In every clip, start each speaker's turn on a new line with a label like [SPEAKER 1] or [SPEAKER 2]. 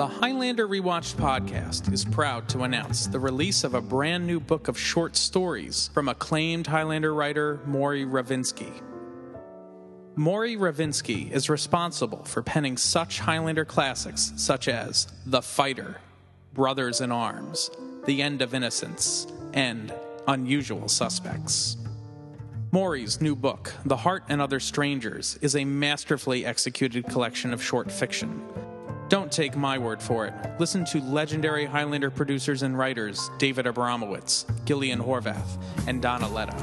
[SPEAKER 1] Highlander Rewatched podcast is proud to announce the release of a brand new book of short stories from acclaimed Highlander writer Maury Ravinsky. Maury Ravinsky is responsible for penning such Highlander classics such as The Fighter, Brothers in Arms, The End of Innocence, and Unusual Suspects. Maury's new book, The Heart and Other Strangers, is a masterfully executed collection of short fiction. Don't take my word for it. Listen to legendary Highlander producers and writers David Abramowitz, Gillian Horvath, and Donna Letta.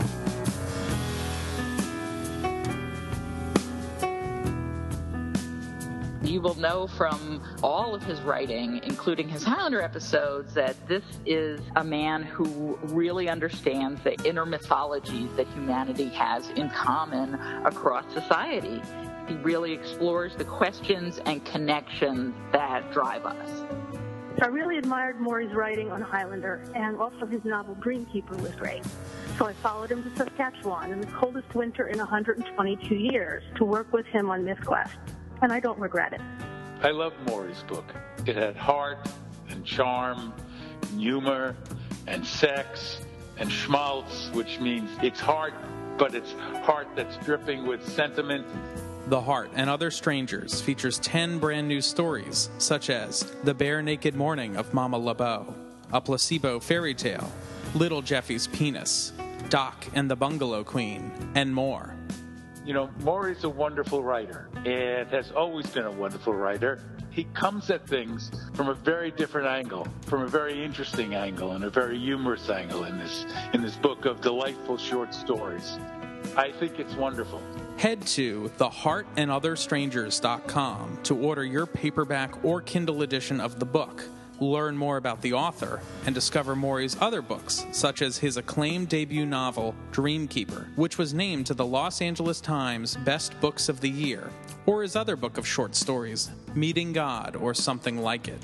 [SPEAKER 2] You will know from all of his writing, including his Highlander episodes, that this is a man who really understands the inner mythologies that humanity has in common across society. He really explores the questions and connections that drive us.
[SPEAKER 3] So I really admired Maury's writing on Highlander and also his novel Dreamkeeper was great. So I followed him to Saskatchewan in the coldest winter in 122 years to work with him on MythQuest, and I don't regret it.
[SPEAKER 4] I love Maury's book. It had heart and charm, and humor and sex and schmaltz, which means it's heart, but it's heart that's dripping with sentiment.
[SPEAKER 1] The Heart and Other Strangers features 10 brand new stories, such as The Bare Naked Morning of Mama LeBeau, A Placebo Fairy Tale, Little Jeffy's Penis, Doc and the Bungalow Queen, and more.
[SPEAKER 4] You know, Maury's a wonderful writer and has always been a wonderful writer. He comes at things from a very different angle, from a very interesting angle and a very humorous angle in this in this book of delightful short stories. I think it's wonderful.
[SPEAKER 1] Head to theheartandotherstrangers.com to order your paperback or Kindle edition of the book, learn more about the author, and discover Maury's other books, such as his acclaimed debut novel, Dreamkeeper, which was named to the Los Angeles Times Best Books of the Year, or his other book of short stories, Meeting God or Something Like It.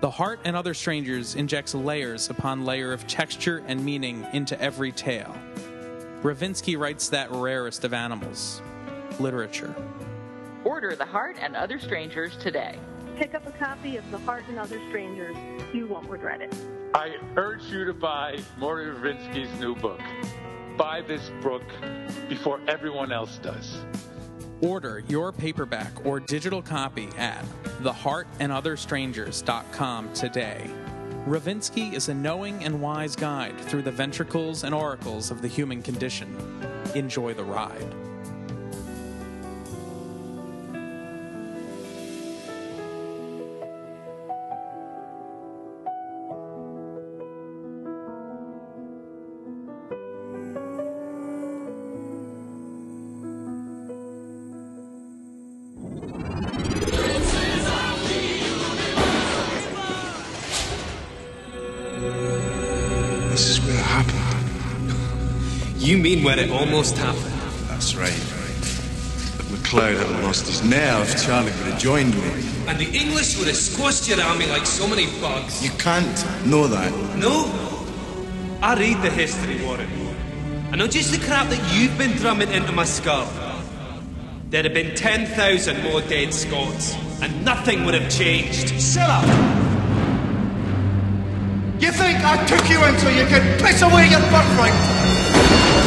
[SPEAKER 1] The Heart and Other Strangers injects layers upon layer of texture and meaning into every tale. Ravinsky writes that rarest of animals literature.
[SPEAKER 2] Order The Heart and Other Strangers today.
[SPEAKER 3] Pick up a copy of The Heart and Other Strangers. You won't regret it.
[SPEAKER 4] I urge you to buy Maury Ravinsky's new book. Buy this book before everyone else does.
[SPEAKER 1] Order your paperback or digital copy at theheartandotherstrangers.com today. Ravinsky is a knowing and wise guide through the ventricles and oracles of the human condition. Enjoy the ride.
[SPEAKER 5] This is where it happened.
[SPEAKER 6] You mean when it almost happened?
[SPEAKER 5] That's right. But McLeod had lost his nerve. Charlie would have joined me.
[SPEAKER 6] And the English would have squashed your army like so many bugs.
[SPEAKER 5] You can't know that.
[SPEAKER 6] No? I read the history, Warren. I know just the crap that you've been drumming into my skull. There'd have been 10,000 more dead Scots, and nothing would have changed.
[SPEAKER 7] Shut up! You think I took you in so you could piss away your birthright?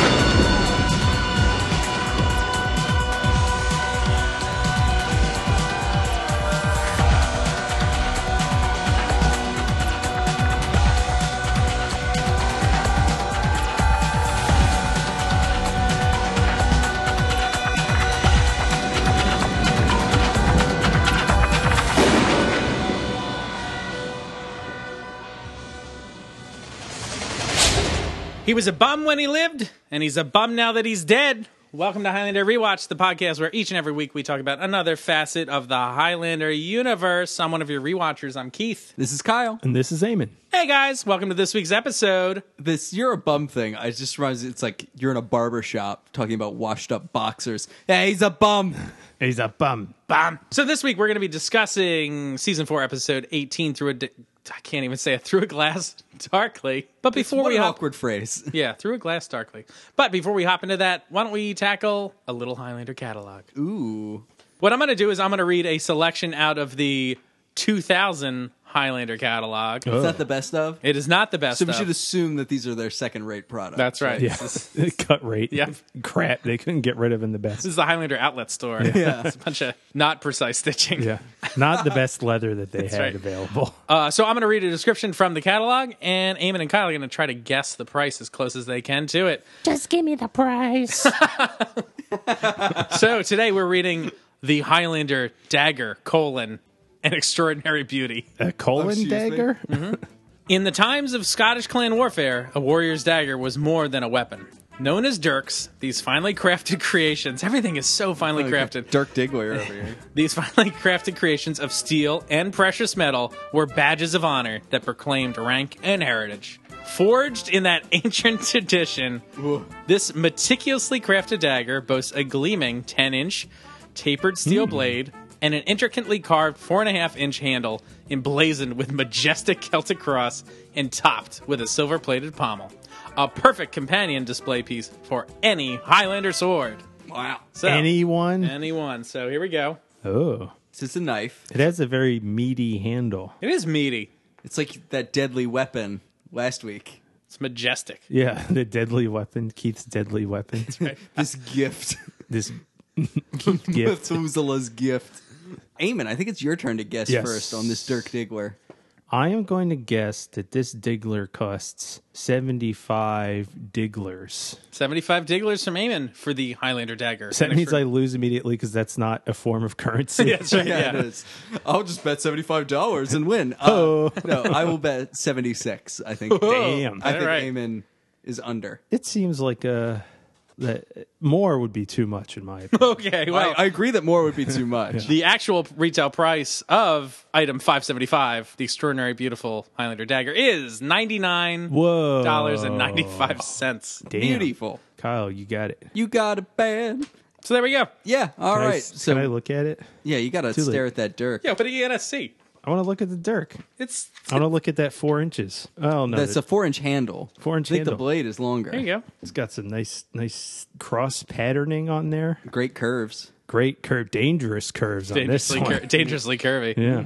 [SPEAKER 1] He was a bum when he lived, and he's a bum now that he's dead. Welcome to Highlander Rewatch, the podcast where each and every week we talk about another facet of the Highlander universe. I'm one of your rewatchers. I'm Keith.
[SPEAKER 8] This is Kyle.
[SPEAKER 9] And this is Eamon.
[SPEAKER 1] Hey guys, welcome to this week's episode.
[SPEAKER 8] This you're a bum thing. I just reminds it's like you're in a barber shop talking about washed up boxers. Hey, he's a bum.
[SPEAKER 9] He's a bum.
[SPEAKER 1] Bam. So this week we're going to be discussing season four, episode 18 through a. Di- I can't even say it through a glass darkly. But before
[SPEAKER 8] What
[SPEAKER 1] we
[SPEAKER 8] an
[SPEAKER 1] hop,
[SPEAKER 8] awkward phrase.
[SPEAKER 1] yeah, through a glass darkly. But before we hop into that, why don't we tackle a little Highlander catalog?
[SPEAKER 8] Ooh.
[SPEAKER 1] What I'm going to do is I'm going to read a selection out of the 2000 Highlander catalog.
[SPEAKER 8] Is that the best of?
[SPEAKER 1] It is not the best.
[SPEAKER 8] Oh. so we
[SPEAKER 1] of.
[SPEAKER 8] should assume that these are their second rate products.
[SPEAKER 1] That's right.
[SPEAKER 9] Yeah.
[SPEAKER 1] This,
[SPEAKER 9] Cut rate.
[SPEAKER 1] Yeah.
[SPEAKER 9] Crap. They couldn't get rid of in the best.
[SPEAKER 1] this is the Highlander outlet store. Yeah. it's a bunch of not precise stitching.
[SPEAKER 9] Yeah. Not the best leather that they had
[SPEAKER 1] right.
[SPEAKER 9] available.
[SPEAKER 1] Uh, so I'm going to read a description from the catalog, and Eamon and Kyle are going to try to guess the price as close as they can to it.
[SPEAKER 10] Just give me the price.
[SPEAKER 1] So today we're reading the Highlander Dagger colon an extraordinary beauty. Mm-hmm.
[SPEAKER 9] A colon
[SPEAKER 8] Oh, Excuse me?
[SPEAKER 9] dagger?
[SPEAKER 1] In the times of Scottish clan warfare, a warrior's dagger was more than a weapon. Known as dirks, these finely crafted creations, everything is so finely crafted.
[SPEAKER 8] Dirk Diggler over here.
[SPEAKER 1] These finely crafted creations of steel and precious metal were badges of honor that proclaimed rank and heritage. Forged in that ancient tradition, this meticulously crafted dagger boasts a gleaming 10 inch tapered steel blade and an intricately carved 4.5 inch handle emblazoned with majestic Celtic cross and topped with a silver plated pommel. A perfect companion display piece for any Highlander sword.
[SPEAKER 8] Wow.
[SPEAKER 1] So,
[SPEAKER 9] Anyone?
[SPEAKER 1] Anyone. So here we go.
[SPEAKER 9] oh.
[SPEAKER 8] So it's a knife.
[SPEAKER 9] It has a very meaty handle.
[SPEAKER 1] It is meaty.
[SPEAKER 8] It's like that deadly weapon last week.
[SPEAKER 1] It's majestic.
[SPEAKER 9] Yeah. The deadly weapon. Keith's deadly weapon.
[SPEAKER 8] This gift.
[SPEAKER 9] this gift.
[SPEAKER 8] Methuselah's gift. Eamon, I think it's your turn to guess
[SPEAKER 9] Yes.
[SPEAKER 8] first on this Dirk Diggler.
[SPEAKER 9] I am going to guess that this Diggler costs 75 Digglers.
[SPEAKER 1] 75 Digglers from Eamon for the Highlander Dagger.
[SPEAKER 9] So that
[SPEAKER 1] An
[SPEAKER 9] means
[SPEAKER 1] extra-
[SPEAKER 9] I lose immediately because that's not a form of currency.
[SPEAKER 1] That's right,
[SPEAKER 8] Yeah,
[SPEAKER 1] yeah.
[SPEAKER 8] it is. I'll just bet seventy-five dollars and win. Oh no, I will bet seventy-six. I think.
[SPEAKER 9] oh. Damn.
[SPEAKER 8] I think
[SPEAKER 1] All right.
[SPEAKER 8] Eamon is under.
[SPEAKER 9] It seems like uh that more would be too much in my opinion.
[SPEAKER 1] Okay, well,
[SPEAKER 8] I, I agree that more would be too much.
[SPEAKER 1] the actual retail price of item 575, the extraordinary beautiful Highlander Dagger, is $99.95.
[SPEAKER 9] Whoa. Damn.
[SPEAKER 8] Beautiful.
[SPEAKER 9] Kyle, you got it.
[SPEAKER 8] You got a bad.
[SPEAKER 1] So there we go.
[SPEAKER 8] Yeah. All right.
[SPEAKER 9] Can I-
[SPEAKER 8] so
[SPEAKER 9] can I look at it?
[SPEAKER 8] yeah, you got to
[SPEAKER 9] Too late.
[SPEAKER 8] stare at that Dirk.
[SPEAKER 1] Yeah, what are you going to see?
[SPEAKER 9] I want to look at the Dirk.
[SPEAKER 1] It's,
[SPEAKER 9] I want to look at that four inches. Oh no,
[SPEAKER 8] That's a four-inch handle.
[SPEAKER 9] Four-inch
[SPEAKER 8] I think
[SPEAKER 9] handle.
[SPEAKER 8] the blade is longer.
[SPEAKER 1] there you go.
[SPEAKER 9] it's got some nice, nice cross patterning on there.
[SPEAKER 8] Great curves.
[SPEAKER 9] Great curve, dangerous curves on this
[SPEAKER 1] Dangerously,
[SPEAKER 9] one.
[SPEAKER 1] cur- dangerously curvy.
[SPEAKER 9] yeah,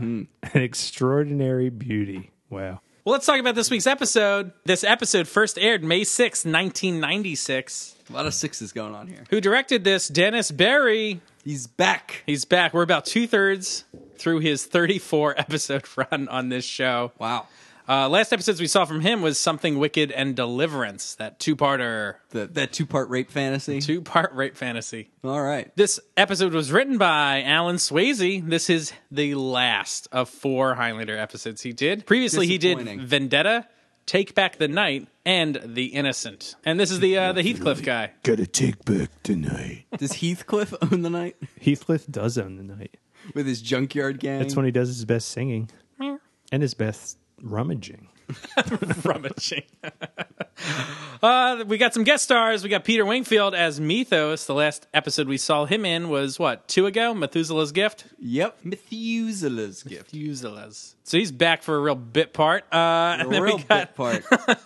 [SPEAKER 9] an extraordinary beauty. Wow.
[SPEAKER 1] Well, let's talk about this week's episode. This episode first aired May sixth, 1996.
[SPEAKER 8] A lot of sixes going on here.
[SPEAKER 1] Who directed this? Dennis Berry.
[SPEAKER 8] He's back.
[SPEAKER 1] He's back. We're about two thirds through his 34 episode run on this show.
[SPEAKER 8] Wow.
[SPEAKER 1] Uh, last episodes we saw from him was Something Wicked and Deliverance, that two parter,
[SPEAKER 8] The, that two-part rape fantasy.
[SPEAKER 1] two part rape fantasy.
[SPEAKER 8] All right.
[SPEAKER 1] This episode was written by Alan Swayze. This is the last of four Highlander episodes he did. Previously, he did
[SPEAKER 8] Disappointing.
[SPEAKER 1] Vendetta, Take Back the Night, and The Innocent. And this is the uh, the Heathcliff guy.
[SPEAKER 5] Gotta take back tonight.
[SPEAKER 8] Does Heathcliff own the night
[SPEAKER 9] Heathcliff does own the night.
[SPEAKER 8] with his junkyard gang?
[SPEAKER 9] That's when he does his best singing and his best rummaging.
[SPEAKER 1] rummaging. uh, we got some guest stars. We got Peter Wingfield as Mythos. The last episode we saw him in was what two ago? Methuselah's gift.
[SPEAKER 8] Yep. Methuselah's gift.
[SPEAKER 1] Methuselah's. So he's back for a real bit part. Uh, and then
[SPEAKER 8] real
[SPEAKER 1] we got
[SPEAKER 8] bit part.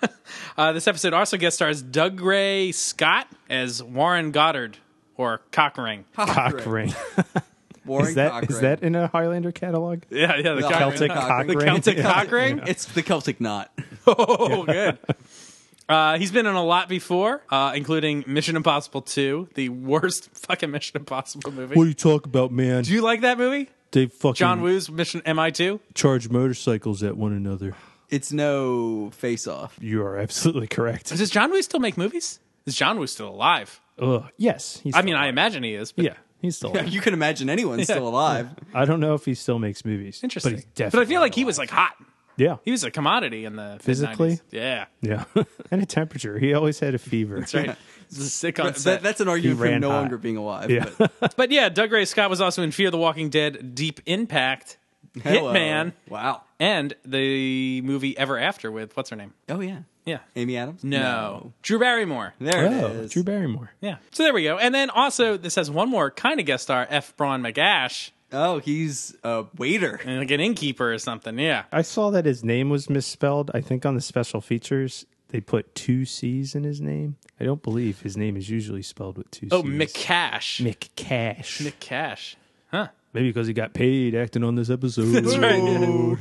[SPEAKER 1] uh, this episode also guest stars Doug Gray Scott as Warren Goddard or Cockring.
[SPEAKER 9] Cock ring.
[SPEAKER 8] Warren
[SPEAKER 9] Is that
[SPEAKER 8] Cochrane.
[SPEAKER 9] is that in a Highlander catalog?
[SPEAKER 1] Yeah, yeah, the,
[SPEAKER 8] The
[SPEAKER 1] Cockring.
[SPEAKER 9] Celtic cock
[SPEAKER 1] The
[SPEAKER 9] ring.
[SPEAKER 1] Celtic Cockring.
[SPEAKER 8] It's the Celtic knot.
[SPEAKER 1] Oh, good. Uh, he's been in a lot before, uh, including Mission Impossible 2, the worst fucking Mission Impossible movie.
[SPEAKER 9] you talk about, man?
[SPEAKER 1] Do you like that movie?
[SPEAKER 9] They fucking
[SPEAKER 1] John Woo's Mission MI2?
[SPEAKER 9] charge motorcycles at one another.
[SPEAKER 8] It's no face off.
[SPEAKER 9] You are absolutely correct.
[SPEAKER 1] Does John Woo still make movies? Is John Woo still alive?
[SPEAKER 9] Ugh. Yes. He's
[SPEAKER 1] I
[SPEAKER 9] still
[SPEAKER 1] mean, I
[SPEAKER 9] alive.
[SPEAKER 1] imagine he is. But
[SPEAKER 9] Yeah, he's still. alive.
[SPEAKER 8] You can imagine anyone still alive.
[SPEAKER 9] I don't know if he still makes movies.
[SPEAKER 1] Interesting.
[SPEAKER 9] But, he's
[SPEAKER 1] But,
[SPEAKER 9] definitely
[SPEAKER 1] I feel like he was like hot.
[SPEAKER 9] Yeah.
[SPEAKER 1] He was a commodity in the
[SPEAKER 9] Physically?
[SPEAKER 1] mid-nineties. Yeah,
[SPEAKER 9] Yeah. and a temperature. He always had a fever.
[SPEAKER 1] that's right. Sick on
[SPEAKER 8] That-
[SPEAKER 1] set.
[SPEAKER 8] that's an argument for
[SPEAKER 9] ran
[SPEAKER 8] no
[SPEAKER 9] high.
[SPEAKER 8] longer being alive.
[SPEAKER 9] Yeah.
[SPEAKER 8] But
[SPEAKER 1] but yeah, Doug Ray Scott was also in Fear the Walking Dead, Deep Impact,
[SPEAKER 8] hello.
[SPEAKER 1] Hitman,
[SPEAKER 8] Wow.
[SPEAKER 1] and the movie Ever After with what's her name?
[SPEAKER 8] Oh, yeah.
[SPEAKER 1] Yeah.
[SPEAKER 8] Amy Adams?
[SPEAKER 1] No. Drew Barrymore.
[SPEAKER 8] There it
[SPEAKER 9] Oh,
[SPEAKER 8] is.
[SPEAKER 9] Drew Barrymore.
[SPEAKER 1] Yeah. So there we go. And then also this has one more kind of guest star, F. Braun McGash,
[SPEAKER 8] oh, he's a waiter.
[SPEAKER 1] and like an innkeeper or something. Yeah.
[SPEAKER 9] I saw that his name was misspelled. I think on the special features they put two C's in his name. I don't believe his name is usually spelled with two C's.
[SPEAKER 1] Oh, McCash.
[SPEAKER 9] McCash.
[SPEAKER 1] Cash. Huh.
[SPEAKER 9] Maybe because he got paid acting on this episode.
[SPEAKER 1] That's right.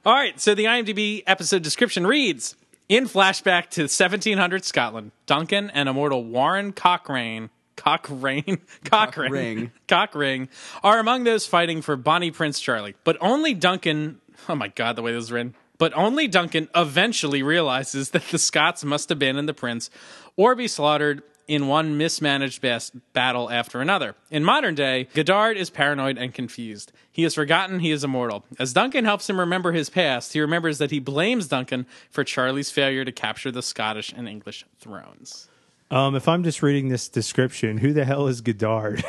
[SPEAKER 1] All right, so the IMDb episode description reads In flashback to 1700 Scotland, Duncan and immortal Warren Cochrane. Cochrane, Cochrane, Cockring are among those fighting for Bonnie Prince Charlie. But only Duncan, oh my God, the way this is written. But only Duncan eventually realizes that the Scots must abandon the prince or be slaughtered in one mismanaged bas- battle after another. In modern day, Godard is paranoid and confused. He has forgotten he is immortal. As Duncan helps him remember his past, he remembers that he blames Duncan for Charlie's failure to capture the Scottish and English thrones.
[SPEAKER 9] Um, if I'm just reading this description, who the hell is Godard?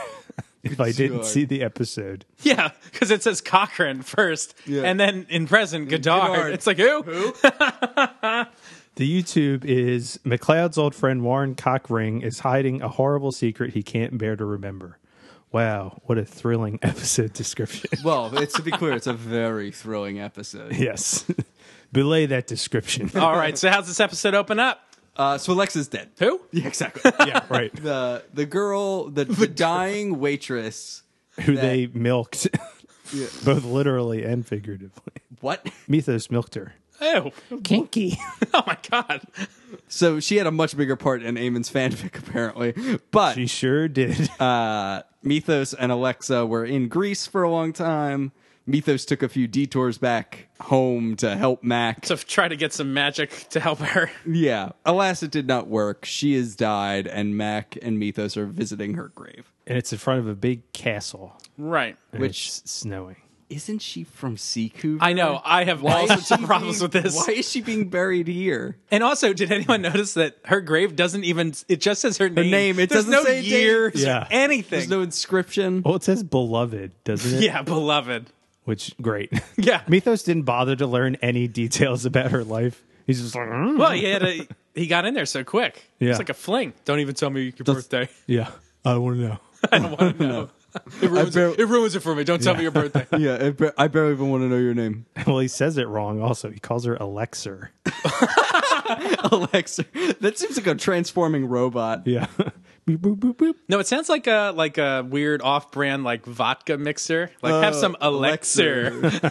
[SPEAKER 9] if I didn't
[SPEAKER 8] Godard.
[SPEAKER 9] see the episode,
[SPEAKER 1] Yeah, because it says Cochrane first,
[SPEAKER 8] Yeah.
[SPEAKER 1] and then in present, Godard.
[SPEAKER 8] Godard.
[SPEAKER 1] It's like, who?
[SPEAKER 9] the YouTube is McLeod's old friend Warren Cockring is hiding a horrible secret he can't bear to remember. Wow, what a thrilling episode description.
[SPEAKER 8] Well, it's to be clear, it's a very thrilling episode.
[SPEAKER 9] yes, belay that description.
[SPEAKER 1] All right, so how's this episode open up?
[SPEAKER 8] Uh, so Alexa's dead.
[SPEAKER 1] Who?
[SPEAKER 8] Yeah, exactly.
[SPEAKER 9] yeah, right.
[SPEAKER 8] the the girl, the, the dying waitress.
[SPEAKER 9] Who
[SPEAKER 8] that-
[SPEAKER 9] they milked, both literally and figuratively.
[SPEAKER 8] What?
[SPEAKER 9] Mythos milked her.
[SPEAKER 1] Oh,
[SPEAKER 10] Kinky.
[SPEAKER 1] oh my God.
[SPEAKER 8] So she had a much bigger part in Eamon's fanfic, apparently. But
[SPEAKER 9] She sure did.
[SPEAKER 8] Mythos and Alexa were in Greece for a long time. Mythos took a few detours back home to help Mac.
[SPEAKER 1] To try to get some magic to help her.
[SPEAKER 8] yeah, alas, it did not work. She has died, and Mac and Mythos are visiting her grave.
[SPEAKER 9] and it's in front of a big castle.
[SPEAKER 1] Right.
[SPEAKER 8] Which
[SPEAKER 9] It's snowing.
[SPEAKER 8] isn't she from Siku?
[SPEAKER 1] I know. I have all sorts of problems with this.
[SPEAKER 8] Why is she being buried here?
[SPEAKER 1] And also, did anyone notice that her grave doesn't even? It just says her name.
[SPEAKER 8] name, it
[SPEAKER 1] There's
[SPEAKER 8] doesn't
[SPEAKER 1] no
[SPEAKER 8] say date.
[SPEAKER 1] year.
[SPEAKER 9] Yeah.
[SPEAKER 1] Anything.
[SPEAKER 8] There's no inscription.
[SPEAKER 9] Well, it says beloved, doesn't it?
[SPEAKER 1] yeah, beloved.
[SPEAKER 9] Which great.
[SPEAKER 1] Yeah.
[SPEAKER 9] Mythos didn't bother to learn any details about her life. He's just like, "Mm."
[SPEAKER 1] Well, he had a. He got in there so quick.
[SPEAKER 9] Yeah.
[SPEAKER 1] It's like a fling. Don't even tell me your birthday.
[SPEAKER 9] yeah, I want to know.
[SPEAKER 1] It ruins,
[SPEAKER 8] barely-
[SPEAKER 1] it. it ruins it for me. Don't tell me your birthday.
[SPEAKER 8] Yeah, I, bar- I barely even want to know your name,
[SPEAKER 9] Well, he says it wrong. Also, he calls her Alexer.
[SPEAKER 8] Alexa. That seems like a transforming robot.
[SPEAKER 9] Yeah. boop, boop, boop, boop.
[SPEAKER 1] No, it sounds like a like a weird off-brand like vodka mixer. Like have some Uh, elixir.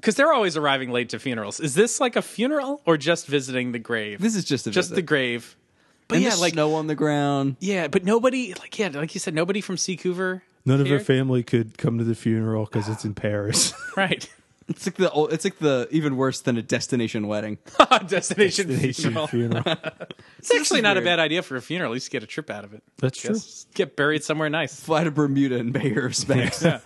[SPEAKER 1] Because they're always arriving late to funerals. Is this like a funeral or just visiting the grave?
[SPEAKER 8] This is just a
[SPEAKER 1] just
[SPEAKER 8] visit.
[SPEAKER 1] the grave. But
[SPEAKER 8] And
[SPEAKER 1] yeah,
[SPEAKER 8] the
[SPEAKER 1] like
[SPEAKER 8] snow on the ground.
[SPEAKER 1] yeah, but nobody like yeah, like you said, nobody from Seacouver.
[SPEAKER 9] None of her
[SPEAKER 1] Here?
[SPEAKER 9] family could come to the funeral because it's in Paris.
[SPEAKER 1] Right.
[SPEAKER 8] It's like the old, it's like the even worse than a destination wedding.
[SPEAKER 1] Destination, funeral.
[SPEAKER 9] funeral.
[SPEAKER 1] It's actually not
[SPEAKER 8] weird.
[SPEAKER 1] a bad idea for a funeral. At least get a trip out of it.
[SPEAKER 9] That's true.
[SPEAKER 1] Just get buried somewhere nice.
[SPEAKER 8] Fly to Bermuda and pay your respects.
[SPEAKER 9] So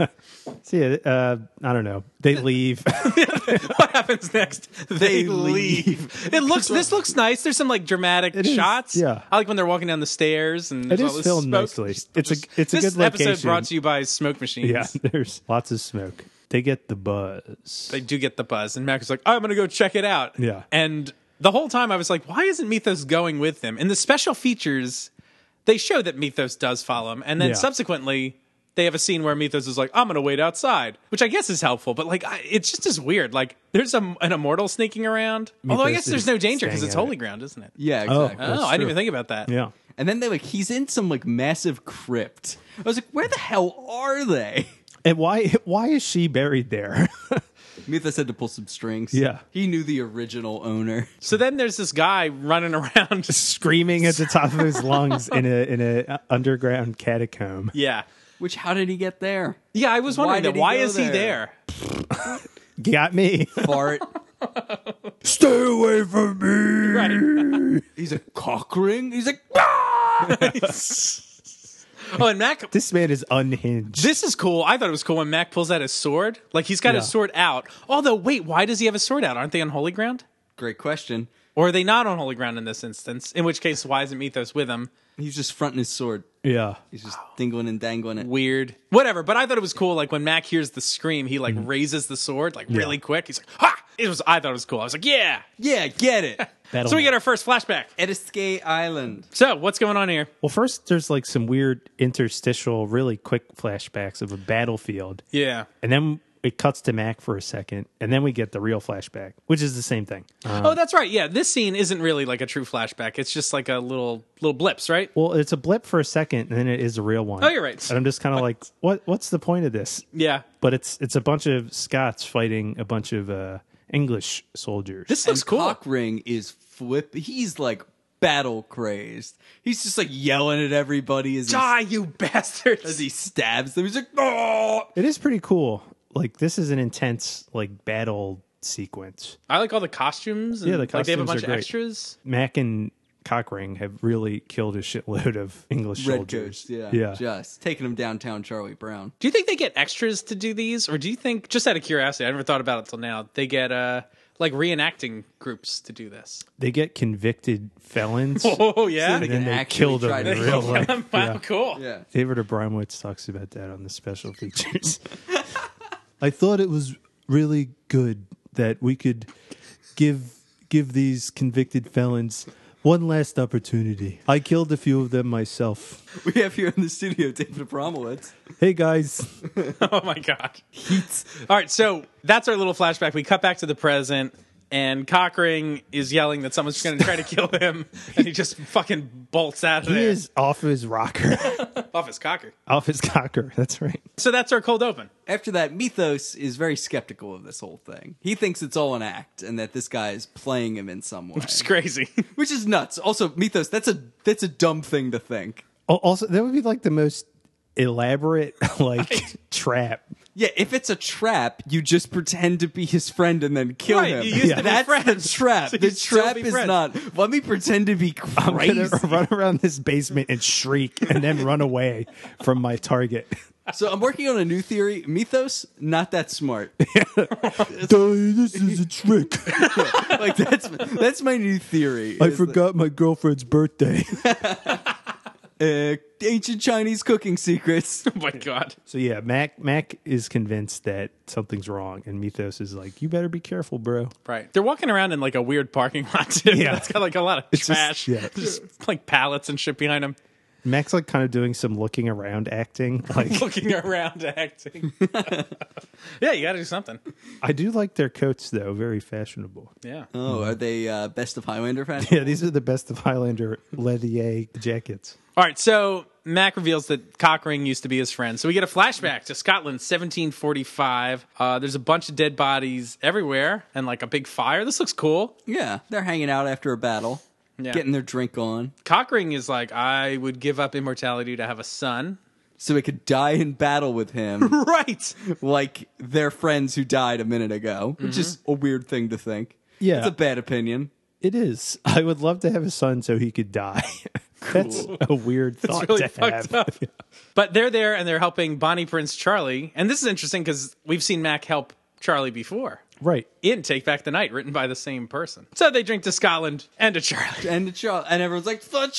[SPEAKER 9] yeah, uh, I don't know. They leave.
[SPEAKER 1] What happens next? They,
[SPEAKER 8] They
[SPEAKER 1] leave. It looks. This looks nice. There's some like dramatic
[SPEAKER 9] is,
[SPEAKER 1] shots.
[SPEAKER 9] yeah.
[SPEAKER 1] I like when they're walking down the stairs and
[SPEAKER 9] It
[SPEAKER 1] there's all
[SPEAKER 9] is
[SPEAKER 1] this
[SPEAKER 9] filmed
[SPEAKER 1] smoke.
[SPEAKER 9] nicely. It's a it's a
[SPEAKER 1] this
[SPEAKER 9] good
[SPEAKER 1] episode
[SPEAKER 9] location.
[SPEAKER 1] brought to you by smoke machines.
[SPEAKER 9] yeah, there's lots of smoke. They get the buzz.
[SPEAKER 1] They do get the buzz, and Mac is like, "I'm gonna go check it out."
[SPEAKER 9] Yeah.
[SPEAKER 1] and the whole time I was like, "Why isn't Mythos going with them?" And the special features, they show that Mythos does follow him, and then
[SPEAKER 9] Yeah.
[SPEAKER 1] subsequently. They have a scene where Mythos is like, "I'm gonna wait outside," which I guess is helpful, but like, I, it's just as weird. Like, there's a, an immortal sneaking around. Although I
[SPEAKER 9] Mythos
[SPEAKER 1] guess there's
[SPEAKER 9] is
[SPEAKER 1] no danger because
[SPEAKER 9] staying
[SPEAKER 1] it's
[SPEAKER 9] at
[SPEAKER 1] holy
[SPEAKER 9] it.
[SPEAKER 1] ground, isn't it?
[SPEAKER 8] yeah,
[SPEAKER 9] Oh,
[SPEAKER 8] exactly.
[SPEAKER 1] Oh, I didn't even think about that.
[SPEAKER 9] yeah.
[SPEAKER 8] And then they like he's in some like massive crypt. I was like, where the hell are they?
[SPEAKER 9] And why why is she buried there?
[SPEAKER 8] Mythos had to pull some strings.
[SPEAKER 9] Yeah.
[SPEAKER 8] he knew the original owner.
[SPEAKER 1] So then there's this guy running around.
[SPEAKER 9] Screaming at the top of his lungs in a in a uh, underground catacomb.
[SPEAKER 1] yeah.
[SPEAKER 8] Which how did he get there?
[SPEAKER 1] Yeah, I was
[SPEAKER 8] Why
[SPEAKER 1] wondering
[SPEAKER 8] did
[SPEAKER 1] that.
[SPEAKER 8] he
[SPEAKER 1] Why
[SPEAKER 8] go
[SPEAKER 1] is he
[SPEAKER 8] there?
[SPEAKER 1] there?
[SPEAKER 9] Got me.
[SPEAKER 8] Fart.
[SPEAKER 9] Stay away from me.
[SPEAKER 8] He's a cock ring. He's like, "Ah!"
[SPEAKER 1] Oh, and Mac
[SPEAKER 9] This man is unhinged.
[SPEAKER 1] This is cool. I thought it was cool when Mac pulls out his sword. Like he's got
[SPEAKER 9] Yeah.
[SPEAKER 1] his sword out. Although, wait, why does he have his sword out? Aren't they on holy ground?
[SPEAKER 8] great question.
[SPEAKER 1] Or are they not on holy ground in this instance? In which case, why isn't Mythos with him?
[SPEAKER 8] He's just fronting his sword.
[SPEAKER 9] Yeah.
[SPEAKER 8] He's just dingling and dangling it.
[SPEAKER 1] Weird. Whatever. But I thought it was cool. Like when Mac hears the scream, he like raises the sword like really quick. He's like, ha! It was. I thought it was cool. I was like, yeah.
[SPEAKER 8] Yeah, get it.
[SPEAKER 9] Battle
[SPEAKER 1] so we
[SPEAKER 9] map.
[SPEAKER 1] get our first flashback.
[SPEAKER 8] Ediskay Island.
[SPEAKER 1] So what's going on here?
[SPEAKER 9] Well, first there's like some weird interstitial, really quick flashbacks of a battlefield,
[SPEAKER 1] Yeah.
[SPEAKER 9] and then
[SPEAKER 11] it cuts to Mac for a second, and then we get the real flashback, which is the same thing.
[SPEAKER 1] oh, that's right. Yeah, this scene isn't really like a true flashback. It's just like a little little blips, right?
[SPEAKER 11] Well, it's a blip for a second, and then it is a real one.
[SPEAKER 1] Oh, you're right.
[SPEAKER 11] And I'm just kind of like, what? What's the point of this?
[SPEAKER 1] Yeah.
[SPEAKER 11] But it's it's a bunch of Scots fighting a bunch of uh, English soldiers.
[SPEAKER 8] This looks cool. Cockring is flip. He's like battle crazed. He's just like yelling at everybody as
[SPEAKER 1] die, Ah, you bastards!
[SPEAKER 8] As he stabs them, he's like, "Oh!"
[SPEAKER 11] It is pretty cool. Like this is an intense like battle sequence.
[SPEAKER 1] I like all the costumes. And,
[SPEAKER 11] Yeah, the
[SPEAKER 1] like they have a
[SPEAKER 11] costumes
[SPEAKER 1] bunch
[SPEAKER 11] are
[SPEAKER 1] of
[SPEAKER 11] great.
[SPEAKER 1] extras.
[SPEAKER 11] Mac and Cockring have really killed a shitload of English
[SPEAKER 8] Red
[SPEAKER 11] soldiers.
[SPEAKER 8] coats, yeah,
[SPEAKER 11] yeah.
[SPEAKER 8] just taking him downtown, Charlie Brown.
[SPEAKER 1] Do you think they get extras to do these, or do you think, just out of curiosity, I never thought about it till now, they get uh like reenacting groups to do this?
[SPEAKER 11] They get convicted felons.
[SPEAKER 1] Oh yeah,
[SPEAKER 11] and
[SPEAKER 8] They
[SPEAKER 11] then
[SPEAKER 8] can
[SPEAKER 11] they
[SPEAKER 8] actually
[SPEAKER 11] killed
[SPEAKER 8] try
[SPEAKER 11] them in
[SPEAKER 8] to
[SPEAKER 11] real
[SPEAKER 8] kill
[SPEAKER 11] life.
[SPEAKER 1] wow,
[SPEAKER 11] Yeah.
[SPEAKER 1] cool.
[SPEAKER 8] Yeah,
[SPEAKER 11] David Abramowitz talks about that on the special features. I thought it was really good that we could give give these convicted felons one last opportunity. I killed a few of them myself.
[SPEAKER 8] we have here in the studio David Abramowitz.
[SPEAKER 11] Hey guys,
[SPEAKER 1] Oh my god. All right, so that's our little flashback. We cut back to the present. And Cockring is yelling that someone's going to try to kill him, and he just fucking bolts out of
[SPEAKER 11] he
[SPEAKER 1] there
[SPEAKER 11] is off his rocker,
[SPEAKER 1] off his cocker.
[SPEAKER 11] off his cocker. That's right.
[SPEAKER 1] So that's our cold open.
[SPEAKER 8] After that, Mythos is very skeptical of this whole thing. He thinks it's all an act and that this guy is playing him in some way,
[SPEAKER 1] It's crazy.
[SPEAKER 8] which is nuts. Also, Mythos, that's a that's a dumb thing to think.
[SPEAKER 11] Al- Also, that would be like the most elaborate like trap.
[SPEAKER 8] Yeah, if it's a trap, you just pretend to be his friend and then kill
[SPEAKER 1] Right,
[SPEAKER 8] him.
[SPEAKER 1] you used to be
[SPEAKER 8] That's
[SPEAKER 1] friends,
[SPEAKER 8] the trap.
[SPEAKER 1] so you
[SPEAKER 8] the
[SPEAKER 1] still
[SPEAKER 8] trap
[SPEAKER 1] be
[SPEAKER 8] is
[SPEAKER 1] friends.
[SPEAKER 8] not. Let me pretend to be
[SPEAKER 11] I'm
[SPEAKER 8] crazy.
[SPEAKER 11] gonna run around this basement and shriek, and then run away from my target.
[SPEAKER 8] so I'm working on a new theory. Mythos, not that smart.
[SPEAKER 11] this is a trick.
[SPEAKER 8] like that's that's my new theory.
[SPEAKER 11] I
[SPEAKER 8] is that-
[SPEAKER 11] forgot my girlfriend's birthday.
[SPEAKER 8] uh, ancient Chinese cooking secrets.
[SPEAKER 1] Oh my god.
[SPEAKER 11] so yeah, Mac Mac is convinced that something's wrong, and Mythos is like, "You better be careful, bro."
[SPEAKER 1] Right. They're walking around in like a weird parking lot too.
[SPEAKER 11] Yeah.
[SPEAKER 1] That's got like a lot of
[SPEAKER 11] It's just-
[SPEAKER 1] trash.
[SPEAKER 11] yeah.
[SPEAKER 1] Just like pallets and shit behind them.
[SPEAKER 11] Mac's like kind of doing some looking around acting. Like
[SPEAKER 1] Looking around acting. yeah, you gotta do something.
[SPEAKER 11] I do like their coats though, very fashionable.
[SPEAKER 1] Yeah.
[SPEAKER 8] Oh, are they uh, best of Highlander fans?
[SPEAKER 11] Yeah, these are the best of Highlander Ledier jackets.
[SPEAKER 1] All right, so Mac reveals that Cockring used to be his friend. So we get a flashback to Scotland, 1745. Uh, there's a bunch of dead bodies everywhere and like a big fire. This looks cool.
[SPEAKER 8] Yeah, they're hanging out after a battle, getting their drink on,
[SPEAKER 1] Cockring is like, I would give up immortality to have a son.
[SPEAKER 8] so they could die in battle with him,
[SPEAKER 1] Right.
[SPEAKER 8] like their friends who died a minute ago, which is
[SPEAKER 1] Mm-hmm.
[SPEAKER 8] a weird thing to think.
[SPEAKER 11] Yeah.
[SPEAKER 8] it's a bad opinion.
[SPEAKER 11] It is. I would love to have a son so he could die. That's a weird thought
[SPEAKER 1] really
[SPEAKER 11] to
[SPEAKER 1] fucked
[SPEAKER 11] have.
[SPEAKER 1] up. But they're there and they're helping Bonnie Prince Charlie. And this is interesting because we've seen Mac help Charlie before
[SPEAKER 11] Right.
[SPEAKER 1] in Take Back the Night, written by the same person. So they drink to Scotland and to Charlie.
[SPEAKER 8] And the Char- and everyone's like, "The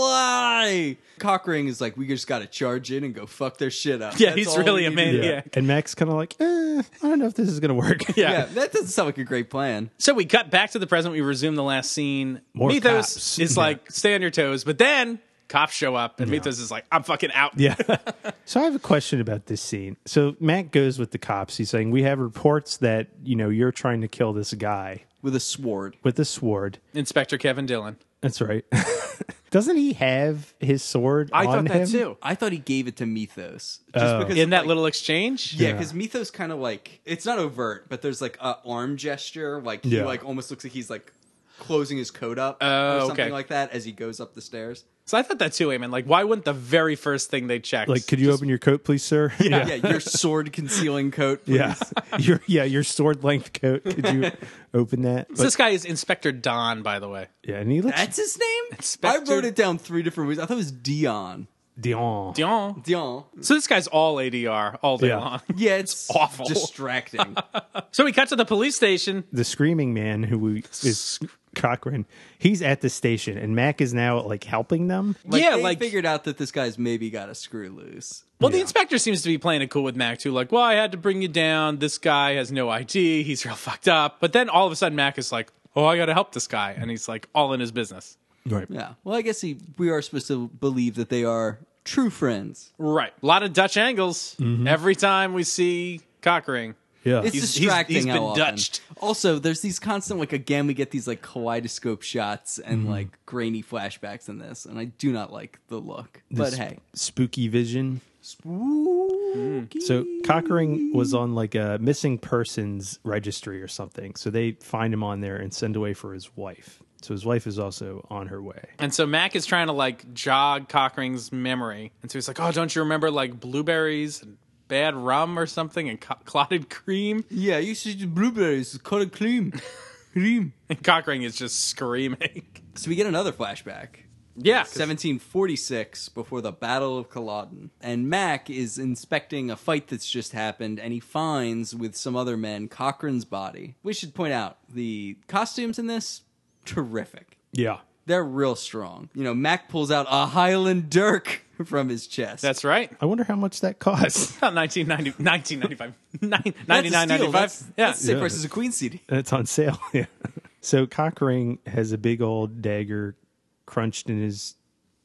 [SPEAKER 8] Charlie." Cockring is like, "We just got to charge in and go fuck their shit up."
[SPEAKER 1] Yeah,
[SPEAKER 8] That's
[SPEAKER 1] he's
[SPEAKER 8] all we
[SPEAKER 1] really a
[SPEAKER 8] need to
[SPEAKER 1] man.
[SPEAKER 8] do.
[SPEAKER 1] Yeah.
[SPEAKER 11] And Mac's kind of like, eh, I don't know if this is gonna work.
[SPEAKER 1] Yeah.
[SPEAKER 8] Yeah, that doesn't sound like a great plan.
[SPEAKER 1] So we cut back to the present. We resume the last scene.
[SPEAKER 11] More
[SPEAKER 1] Mythos
[SPEAKER 11] cops.
[SPEAKER 1] is
[SPEAKER 11] Yeah.
[SPEAKER 1] like, stay on your toes. But then cops show up and Mythos is like, I'm fucking out.
[SPEAKER 11] Yeah. so I have a question about this scene. So Matt goes with the cops. He's saying, We have reports that, you know, you're trying to kill this guy
[SPEAKER 8] With a sword.
[SPEAKER 11] with a sword.
[SPEAKER 1] Inspector Kevin Dillon.
[SPEAKER 11] That's right. Doesn't he have his sword?
[SPEAKER 1] I
[SPEAKER 11] on
[SPEAKER 1] thought that
[SPEAKER 11] him? Oh.
[SPEAKER 1] too.
[SPEAKER 8] I thought he gave it to Mythos. Just because
[SPEAKER 1] In that
[SPEAKER 8] like,
[SPEAKER 1] little exchange?
[SPEAKER 8] Yeah, because Mythos kind of like it's not overt, but there's like a arm gesture, like he
[SPEAKER 11] Yeah.
[SPEAKER 8] like almost looks like he's like closing his coat up
[SPEAKER 1] Oh,
[SPEAKER 8] or
[SPEAKER 1] okay.
[SPEAKER 8] something like that as he goes up the stairs.
[SPEAKER 1] So I thought that too, Eamon. Like, why wouldn't the very first thing they check?
[SPEAKER 11] Like, could you open your coat, please, sir?
[SPEAKER 8] Yeah, your sword concealing coat. please.
[SPEAKER 11] Yeah. your yeah, your sword length coat. Could you open that?
[SPEAKER 1] So
[SPEAKER 11] But-
[SPEAKER 1] this guy is Inspector Don, by the way.
[SPEAKER 11] yeah, and he looks
[SPEAKER 8] that's his name.
[SPEAKER 1] Inspector-
[SPEAKER 8] I wrote it down three different ways. I thought it was Dion.
[SPEAKER 11] Dion.
[SPEAKER 1] Dion.
[SPEAKER 8] Dion.
[SPEAKER 1] So this guy's all ADR all day
[SPEAKER 11] Yeah.
[SPEAKER 1] long.
[SPEAKER 8] Yeah, it's,
[SPEAKER 1] awful.
[SPEAKER 8] distracting.
[SPEAKER 1] So we cut to the police station.
[SPEAKER 11] The screaming man who we- is Cochrane, he's at the station and Mac is now like helping them.
[SPEAKER 1] yeah,
[SPEAKER 8] they
[SPEAKER 1] like
[SPEAKER 8] figured out that this guy's maybe got a screw loose.
[SPEAKER 1] well, the inspector seems to be playing it cool with Mac too. Like, well, I had to bring you down. This guy has no ID. He's real fucked up. But then all of a sudden, Mac is like, "Oh, I got to help this guy," and he's like, all in his business.
[SPEAKER 11] Right.
[SPEAKER 8] Yeah. Well, I guess he, we are supposed to believe that they are true friends.
[SPEAKER 1] Right. A lot of Dutch angles every time we see Cockring.
[SPEAKER 11] Yeah.
[SPEAKER 12] He's-
[SPEAKER 8] It's
[SPEAKER 12] he's-
[SPEAKER 8] distracting.
[SPEAKER 12] he's
[SPEAKER 8] how
[SPEAKER 12] been
[SPEAKER 8] often.
[SPEAKER 12] Dutched.
[SPEAKER 8] Also, there's these constant like again we get these like kaleidoscope shots and
[SPEAKER 12] Mm-hmm.
[SPEAKER 8] like grainy flashbacks in this, and I do not like the look.
[SPEAKER 11] This
[SPEAKER 8] but hey,
[SPEAKER 11] spooky vision. So Cockering was on like a missing persons registry or something. So they find him on there and send away for his wife. So his wife is also on her way.
[SPEAKER 1] And so Mac is trying to like jog Cockering's memory. And so he's like, oh, don't you remember like blueberries and bad rum or something and co- clotted cream?
[SPEAKER 8] Yeah, you should blueberries, clotted cream. cream.
[SPEAKER 1] And Cockering is just screaming.
[SPEAKER 8] So we get another flashback.
[SPEAKER 1] Yeah.
[SPEAKER 8] 1746, before the Battle of Culloden. And Mac is inspecting a fight that's just happened, and he finds, with some other men, Cochrane's body. We should point out the costumes in this, terrific.
[SPEAKER 11] Yeah.
[SPEAKER 8] They're real strong. You know, Mac pulls out a Highland dirk from his chest.
[SPEAKER 1] That's right.
[SPEAKER 11] I wonder how much that costs.
[SPEAKER 1] About 1990, 1995. Nine-
[SPEAKER 8] That's a
[SPEAKER 1] 99.95.
[SPEAKER 8] steal. That's-
[SPEAKER 1] yeah.
[SPEAKER 8] that's sick
[SPEAKER 11] Yeah.
[SPEAKER 8] versus a Queen CD.
[SPEAKER 11] And it's on sale. Yeah. So Cockering has a big old dagger crunched in his.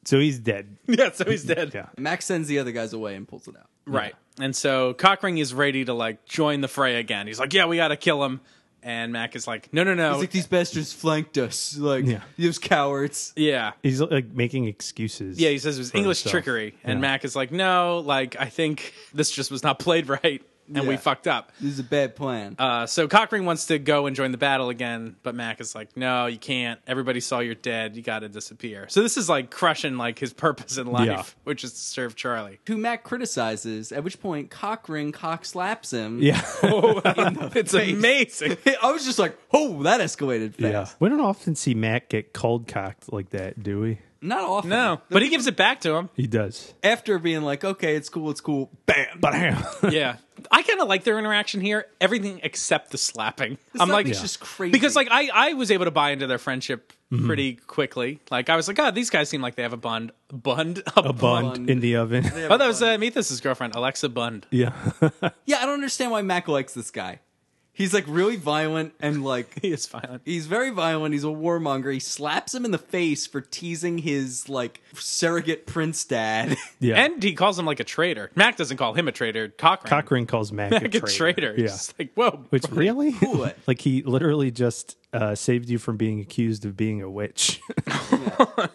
[SPEAKER 11] So he's dead.
[SPEAKER 1] Yeah, so he's dead.
[SPEAKER 11] Yeah.
[SPEAKER 8] Mac sends the other guys away and pulls it out.
[SPEAKER 1] Right. And so Cockring is ready to like join the fray again. He's like, yeah, we got to kill him. And Mac is like, no, no, no.
[SPEAKER 8] He's like, these bastards flanked us. Like,
[SPEAKER 11] Yeah.
[SPEAKER 8] those cowards.
[SPEAKER 1] yeah.
[SPEAKER 11] He's like making excuses.
[SPEAKER 1] Yeah, he says it was
[SPEAKER 11] for
[SPEAKER 1] English
[SPEAKER 11] himself.
[SPEAKER 1] trickery. And
[SPEAKER 11] Yeah.
[SPEAKER 1] Mac is like, no, like, I think this just was not played right. And we
[SPEAKER 8] Yeah.
[SPEAKER 1] fucked up.
[SPEAKER 8] This is a bad plan.
[SPEAKER 1] Uh, so Cockring wants to go and join the battle again, but Mac is like, no, you can't. Everybody saw you're dead. You got to disappear. So this is like crushing like his purpose in life,
[SPEAKER 11] Yeah.
[SPEAKER 1] which is to serve Charlie.
[SPEAKER 8] who Mac criticizes, at which point Cockring cock slaps him.
[SPEAKER 11] Yeah.
[SPEAKER 1] Oh, it's amazing.
[SPEAKER 8] I was just like, oh, that escalated fast.
[SPEAKER 11] yeah. We don't often see Mac get cold cocked like that, do we?
[SPEAKER 8] Not often.
[SPEAKER 1] No, Oh, but he gives it back to him.
[SPEAKER 11] He does.
[SPEAKER 8] After being like, okay, it's cool, it's cool. Bam. But
[SPEAKER 11] Bam.
[SPEAKER 1] Yeah. I kind of like their interaction here. Everything except the slapping. I'm like,
[SPEAKER 8] slapping's Yeah. just crazy.
[SPEAKER 1] Because like I, I was able to buy into their friendship pretty quickly. Like I was like, God, these guys seem like they have a bond, bond, a, bond.
[SPEAKER 11] Bond in the oven.
[SPEAKER 1] Oh, that was uh, Methus's girlfriend, Alexa Bund.
[SPEAKER 11] Yeah.
[SPEAKER 8] yeah, I don't understand why Mac likes this guy. He's like really violent and like
[SPEAKER 1] He is violent.
[SPEAKER 8] he's very violent. He's a warmonger. He slaps him in the face for teasing his like surrogate prince dad.
[SPEAKER 11] Yeah.
[SPEAKER 1] And he calls him like a traitor. Mac doesn't call him a traitor. Cochrane.
[SPEAKER 11] Cochran calls Mac,
[SPEAKER 1] Mac a traitor. He's
[SPEAKER 11] Yeah.
[SPEAKER 1] just like, whoa.
[SPEAKER 11] Which
[SPEAKER 1] bro.
[SPEAKER 11] really?
[SPEAKER 8] What?
[SPEAKER 11] like he literally just uh, saved you from being accused of being a witch.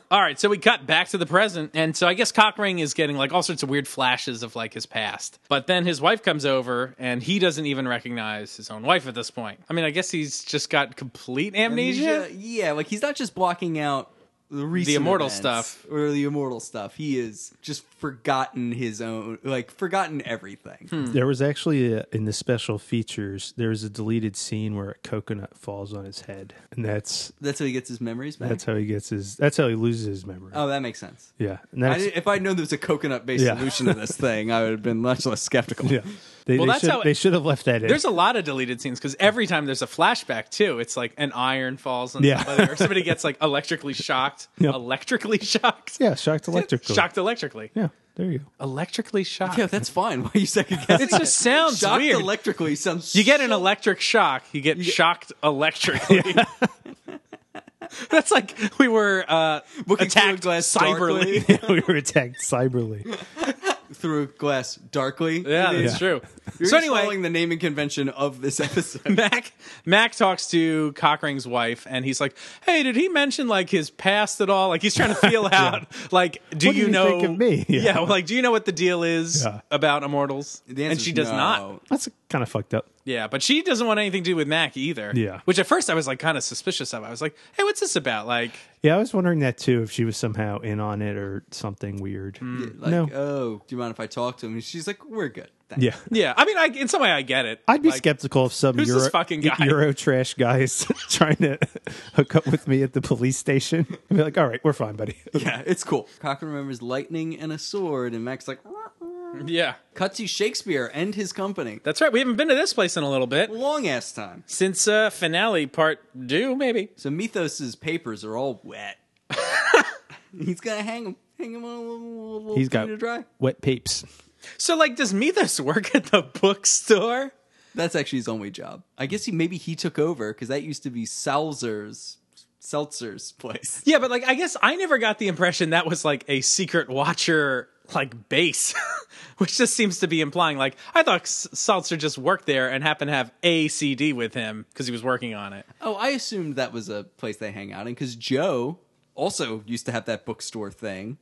[SPEAKER 1] All right, so we cut back to the present, and so I guess Cockring is getting like all sorts of weird flashes of like his past. But then his wife comes over, and he doesn't even recognize his own wife at this point. I mean, I guess he's just got complete amnesia.
[SPEAKER 8] Amnesia? uh, Yeah, like he's not just blocking out the recent
[SPEAKER 1] immortal
[SPEAKER 8] events
[SPEAKER 1] stuff.
[SPEAKER 8] or the immortal stuff. He is just forgotten his own, like forgotten everything.
[SPEAKER 1] Hmm.
[SPEAKER 11] there was actually a, in the special features there was a deleted scene where a coconut falls on his head, and that's
[SPEAKER 8] That's how he gets his memories back.
[SPEAKER 11] that's how he gets his that's how he loses his memory.
[SPEAKER 8] oh, that makes sense.
[SPEAKER 11] yeah, and
[SPEAKER 8] I
[SPEAKER 11] that's,
[SPEAKER 8] didn't- if I'd known there was a coconut-based
[SPEAKER 11] Yeah.
[SPEAKER 8] solution to this thing, I would have been much less skeptical.
[SPEAKER 11] yeah. They,
[SPEAKER 1] Well,
[SPEAKER 11] they
[SPEAKER 1] that's
[SPEAKER 11] should,
[SPEAKER 1] how-
[SPEAKER 11] they should have left that in.
[SPEAKER 1] There's a lot of deleted scenes because every time there's a flashback too, it's like an iron falls on
[SPEAKER 11] Yeah.
[SPEAKER 1] somebody, or somebody gets like electrically shocked,
[SPEAKER 11] Yep.
[SPEAKER 1] electrically shocked,
[SPEAKER 11] yeah, shocked electrical.
[SPEAKER 1] shocked electrically,
[SPEAKER 11] Yeah, there you go.
[SPEAKER 8] Oh.
[SPEAKER 1] electrically shocked.
[SPEAKER 8] Yeah, that's fine. Why are you second guessing?
[SPEAKER 1] It just sounds
[SPEAKER 8] Shocked
[SPEAKER 1] weird.
[SPEAKER 8] electrically sounds.
[SPEAKER 1] You get an
[SPEAKER 8] so-
[SPEAKER 1] electric shock. You get shocked electrically. That's like we were uh,
[SPEAKER 8] Looking through a
[SPEAKER 1] attacked
[SPEAKER 8] glass
[SPEAKER 1] cyberly.
[SPEAKER 8] darkly-
[SPEAKER 11] we were attacked cyberly.
[SPEAKER 8] through a glass darkly.
[SPEAKER 1] Yeah, that's
[SPEAKER 11] Yeah.
[SPEAKER 1] true.
[SPEAKER 8] You're
[SPEAKER 1] so
[SPEAKER 8] just following
[SPEAKER 1] anyway,
[SPEAKER 8] the naming convention of this episode.
[SPEAKER 1] Mac Mac talks to Cochrane's wife, and he's like, "Hey, did he mention like his past at all? Like he's trying to feel out. Like, do
[SPEAKER 11] What do
[SPEAKER 1] you
[SPEAKER 11] you
[SPEAKER 1] know
[SPEAKER 11] think of me?
[SPEAKER 1] Yeah,
[SPEAKER 11] Yeah.
[SPEAKER 1] well, like, do you know what the deal is
[SPEAKER 11] Yeah.
[SPEAKER 1] about immortals?
[SPEAKER 8] The
[SPEAKER 1] and
[SPEAKER 8] answer's
[SPEAKER 1] she does
[SPEAKER 8] no.
[SPEAKER 1] not.
[SPEAKER 11] That's kind of fucked up.
[SPEAKER 1] Yeah, but she doesn't want anything to do with Mac either.
[SPEAKER 11] Yeah.
[SPEAKER 1] which at first I was like kind of suspicious of. I was like, "Hey, what's this about? Like,
[SPEAKER 11] Yeah, I was wondering that too, if she was somehow in on it or something weird.
[SPEAKER 1] Mm,
[SPEAKER 8] Like,
[SPEAKER 11] No.
[SPEAKER 1] uh,
[SPEAKER 8] oh, do you mind if I talk to him? And she's like, we're good. Thanks.
[SPEAKER 11] Yeah.
[SPEAKER 1] yeah. I mean, I, in some way, I get it.
[SPEAKER 11] I'd be
[SPEAKER 1] Like,
[SPEAKER 11] skeptical if some
[SPEAKER 1] who's this
[SPEAKER 11] Euro,
[SPEAKER 1] fucking guy?
[SPEAKER 11] Euro trash guy is trying to hook up with me at the police station. I'd be like, all right, we're fine, buddy.
[SPEAKER 8] Yeah, it's cool. Cochran remembers lightning and a sword, and Mac's like,
[SPEAKER 1] Yeah,
[SPEAKER 8] cut to Shakespeare and his company.
[SPEAKER 1] that's right. We haven't been to this place in a little bit
[SPEAKER 8] Long ass time.
[SPEAKER 1] since uh, finale part due, maybe.
[SPEAKER 8] So Mythos's papers are all wet. He's gonna hang him, hang him on a little, little
[SPEAKER 11] He's got
[SPEAKER 8] to dry.
[SPEAKER 11] wet papes.
[SPEAKER 1] So, like, does Mithos work at the bookstore?
[SPEAKER 8] That's actually his only job. I guess he maybe he took over because that used to be Salzer's Seltzer's place.
[SPEAKER 1] Yeah, but like, I guess I never got the impression that was like a secret watcher like base. which just seems to be implying like I thought S- Salzer just worked there and happened to have a CD with him because he was working on it.
[SPEAKER 8] Oh, I assumed that was a place they hang out in because Joe also used to have that bookstore thing.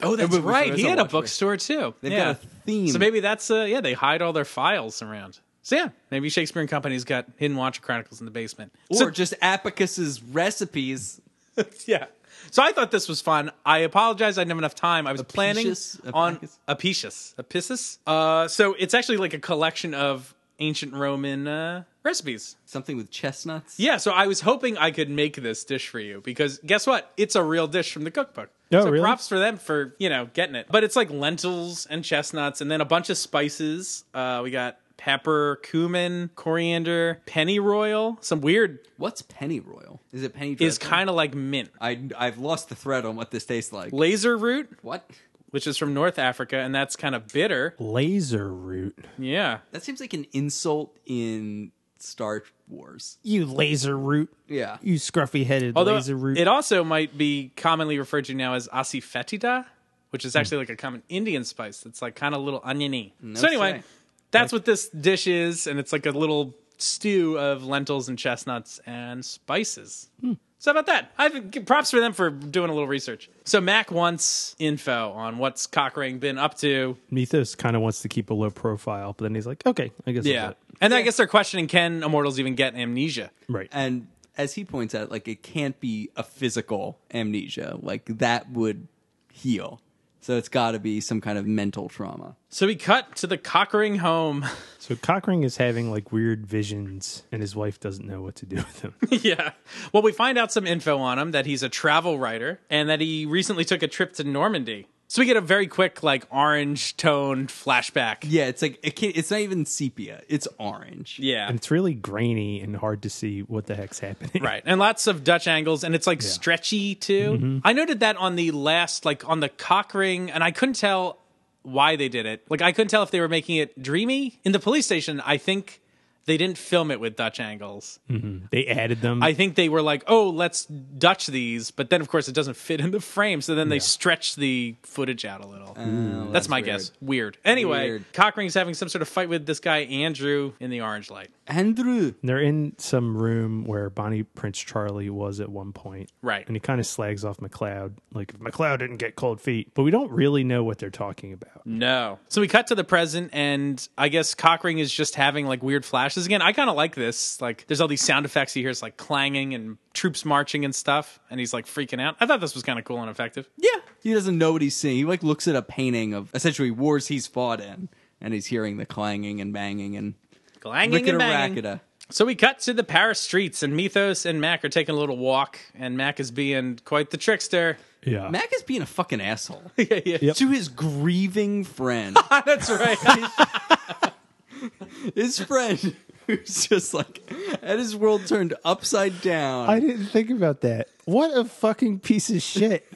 [SPEAKER 1] Oh, that's
[SPEAKER 8] Which
[SPEAKER 1] right.
[SPEAKER 8] was
[SPEAKER 1] He had a
[SPEAKER 8] watch break.
[SPEAKER 1] bookstore too.
[SPEAKER 8] They've
[SPEAKER 1] yeah.
[SPEAKER 8] got a theme.
[SPEAKER 1] So maybe that's uh yeah, they hide all their files around. So yeah, maybe Shakespeare and Company's got Hidden Watcher Chronicles in the basement.
[SPEAKER 8] Or
[SPEAKER 1] so,
[SPEAKER 8] just Apicus's recipes.
[SPEAKER 1] yeah. So I thought this was fun. I apologize. I didn't have enough time. I was planning
[SPEAKER 8] Apicius?
[SPEAKER 1] on
[SPEAKER 8] Apicus?
[SPEAKER 1] Apicius. Apicius? Uh, so it's actually like a collection of ancient Roman uh, recipes.
[SPEAKER 8] Something with chestnuts.
[SPEAKER 1] Yeah, so I was hoping I could make this dish for you because guess what? It's a real dish from the cookbook.
[SPEAKER 11] Oh,
[SPEAKER 1] so
[SPEAKER 11] really?
[SPEAKER 1] props for them for, you know, getting it. But it's like lentils and chestnuts and then a bunch of spices. Uh, we got pepper, cumin, coriander, pennyroyal. Some weird
[SPEAKER 8] What's pennyroyal? Is it penny?
[SPEAKER 1] is kind of like mint.
[SPEAKER 8] I I've lost the thread on what this tastes like.
[SPEAKER 1] Laser root,
[SPEAKER 8] What?
[SPEAKER 1] which is from North Africa, and that's kind of bitter.
[SPEAKER 11] Laser root.
[SPEAKER 1] Yeah.
[SPEAKER 8] That seems like an insult in Star Wars.
[SPEAKER 11] You laser root.
[SPEAKER 8] Yeah.
[SPEAKER 11] You scruffy headed
[SPEAKER 1] Although
[SPEAKER 11] laser root.
[SPEAKER 1] it also might be commonly referred to now as asifetida, which is actually like a common Indian spice that's like kind of a little oniony. so anyway,
[SPEAKER 8] say.
[SPEAKER 1] that's what this dish is, and it's like a little stew of lentils and chestnuts and spices.
[SPEAKER 11] Hmm.
[SPEAKER 1] So how about that? I have props for them for doing a little research. So Mac wants info on what's Cochrane been up to.
[SPEAKER 11] Mythos kind of wants to keep a low profile, but then he's like, okay, I guess. that's
[SPEAKER 1] Yeah.
[SPEAKER 11] it.
[SPEAKER 1] And I guess they're questioning can immortals even get amnesia?
[SPEAKER 11] Right.
[SPEAKER 8] And as he points out, like it can't be a physical amnesia. Like that would heal. So it's got to be some kind of mental trauma.
[SPEAKER 1] So we cut to the Cockring home.
[SPEAKER 11] so Cockring is having like weird visions, and his wife doesn't know what to do with him.
[SPEAKER 1] Yeah. Well, we find out some info on him that he's a travel writer and that he recently took a trip to Normandy. So we get a very quick, like, orange toned flashback.
[SPEAKER 8] Yeah, it's like it can't, it's not even sepia. It's orange.
[SPEAKER 1] Yeah.
[SPEAKER 11] and it's really grainy and hard to see what the heck's happening.
[SPEAKER 1] Right. And lots of Dutch angles, and it's like stretchy too. I noted that on the last, like, on the cock ring, and I couldn't tell why they did it. Like, I couldn't tell if they were making it dreamy. In the police station, I think they didn't film it with Dutch angles.
[SPEAKER 11] They added them.
[SPEAKER 1] I think they were like, oh, let's Dutch these, but then of course it doesn't fit in the frame, so then they stretch the footage out a little. that's, my
[SPEAKER 8] weird.
[SPEAKER 1] guess. Weird. Anyway,
[SPEAKER 8] Weird.
[SPEAKER 1] Cochrane's having some sort of fight with this guy Andrew in the orange light.
[SPEAKER 8] Andrew.
[SPEAKER 11] they're in some room where Bonnie Prince Charlie was at one point.
[SPEAKER 1] Right.
[SPEAKER 11] And he kind of slags off McLeod, like, McLeod didn't get cold feet. But we don't really know what they're talking about.
[SPEAKER 1] No. So we cut to the present, and I guess Cockring is just having like weird flashes again. I kind of like this. Like, there's all these sound effects he hears, like clanging and troops marching and stuff, and he's like freaking out. I thought this was kind of cool and effective.
[SPEAKER 8] Yeah. He doesn't know what he's seeing. He like looks at a painting of essentially wars he's fought in, and he's hearing the clanging and banging and
[SPEAKER 1] Clanging and banging.
[SPEAKER 8] rickety-racketa.
[SPEAKER 1] So we cut to the Paris streets, and Mythos and Mac are taking a little walk, and Mac is being quite the trickster.
[SPEAKER 11] Yeah.
[SPEAKER 8] Mac is being a fucking asshole
[SPEAKER 1] yeah, yeah.
[SPEAKER 8] to his grieving friend.
[SPEAKER 1] That's right.
[SPEAKER 8] his friend who's just like at his world turned upside down.
[SPEAKER 11] I didn't think about that. What a fucking piece of shit.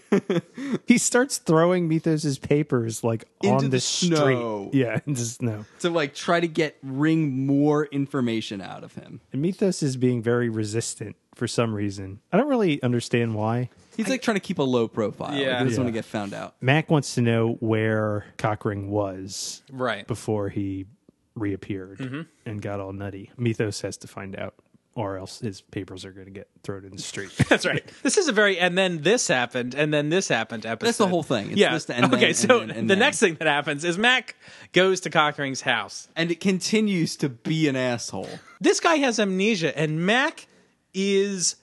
[SPEAKER 11] he starts throwing Mythos's papers like on
[SPEAKER 8] Into
[SPEAKER 11] the,
[SPEAKER 8] the
[SPEAKER 11] street.
[SPEAKER 8] snow.
[SPEAKER 11] Yeah, into snow.
[SPEAKER 8] to like try to get wring more information out of him.
[SPEAKER 11] And Mythos is being very resistant for some reason. I don't really understand why.
[SPEAKER 8] He's like trying to keep a low profile. Like,
[SPEAKER 1] Yeah.
[SPEAKER 8] he doesn't
[SPEAKER 11] Yeah.
[SPEAKER 8] want to get found out.
[SPEAKER 11] Mac wants to know where Cockring was
[SPEAKER 1] right. Mm-hmm.
[SPEAKER 11] before he reappeared and got all nutty. Mythos has to find out, or else his papers are going to get thrown in the street.
[SPEAKER 1] That's right. This is a very and then this happened and then this happened episode.
[SPEAKER 8] That's the whole thing. It's
[SPEAKER 1] yeah.
[SPEAKER 8] just the and
[SPEAKER 1] okay.
[SPEAKER 8] then,
[SPEAKER 1] so
[SPEAKER 8] and then, and
[SPEAKER 1] the
[SPEAKER 8] then.
[SPEAKER 1] next thing that happens is Mac goes to Cockering's house.
[SPEAKER 8] And it continues to be an asshole.
[SPEAKER 1] This guy has amnesia, and Mac is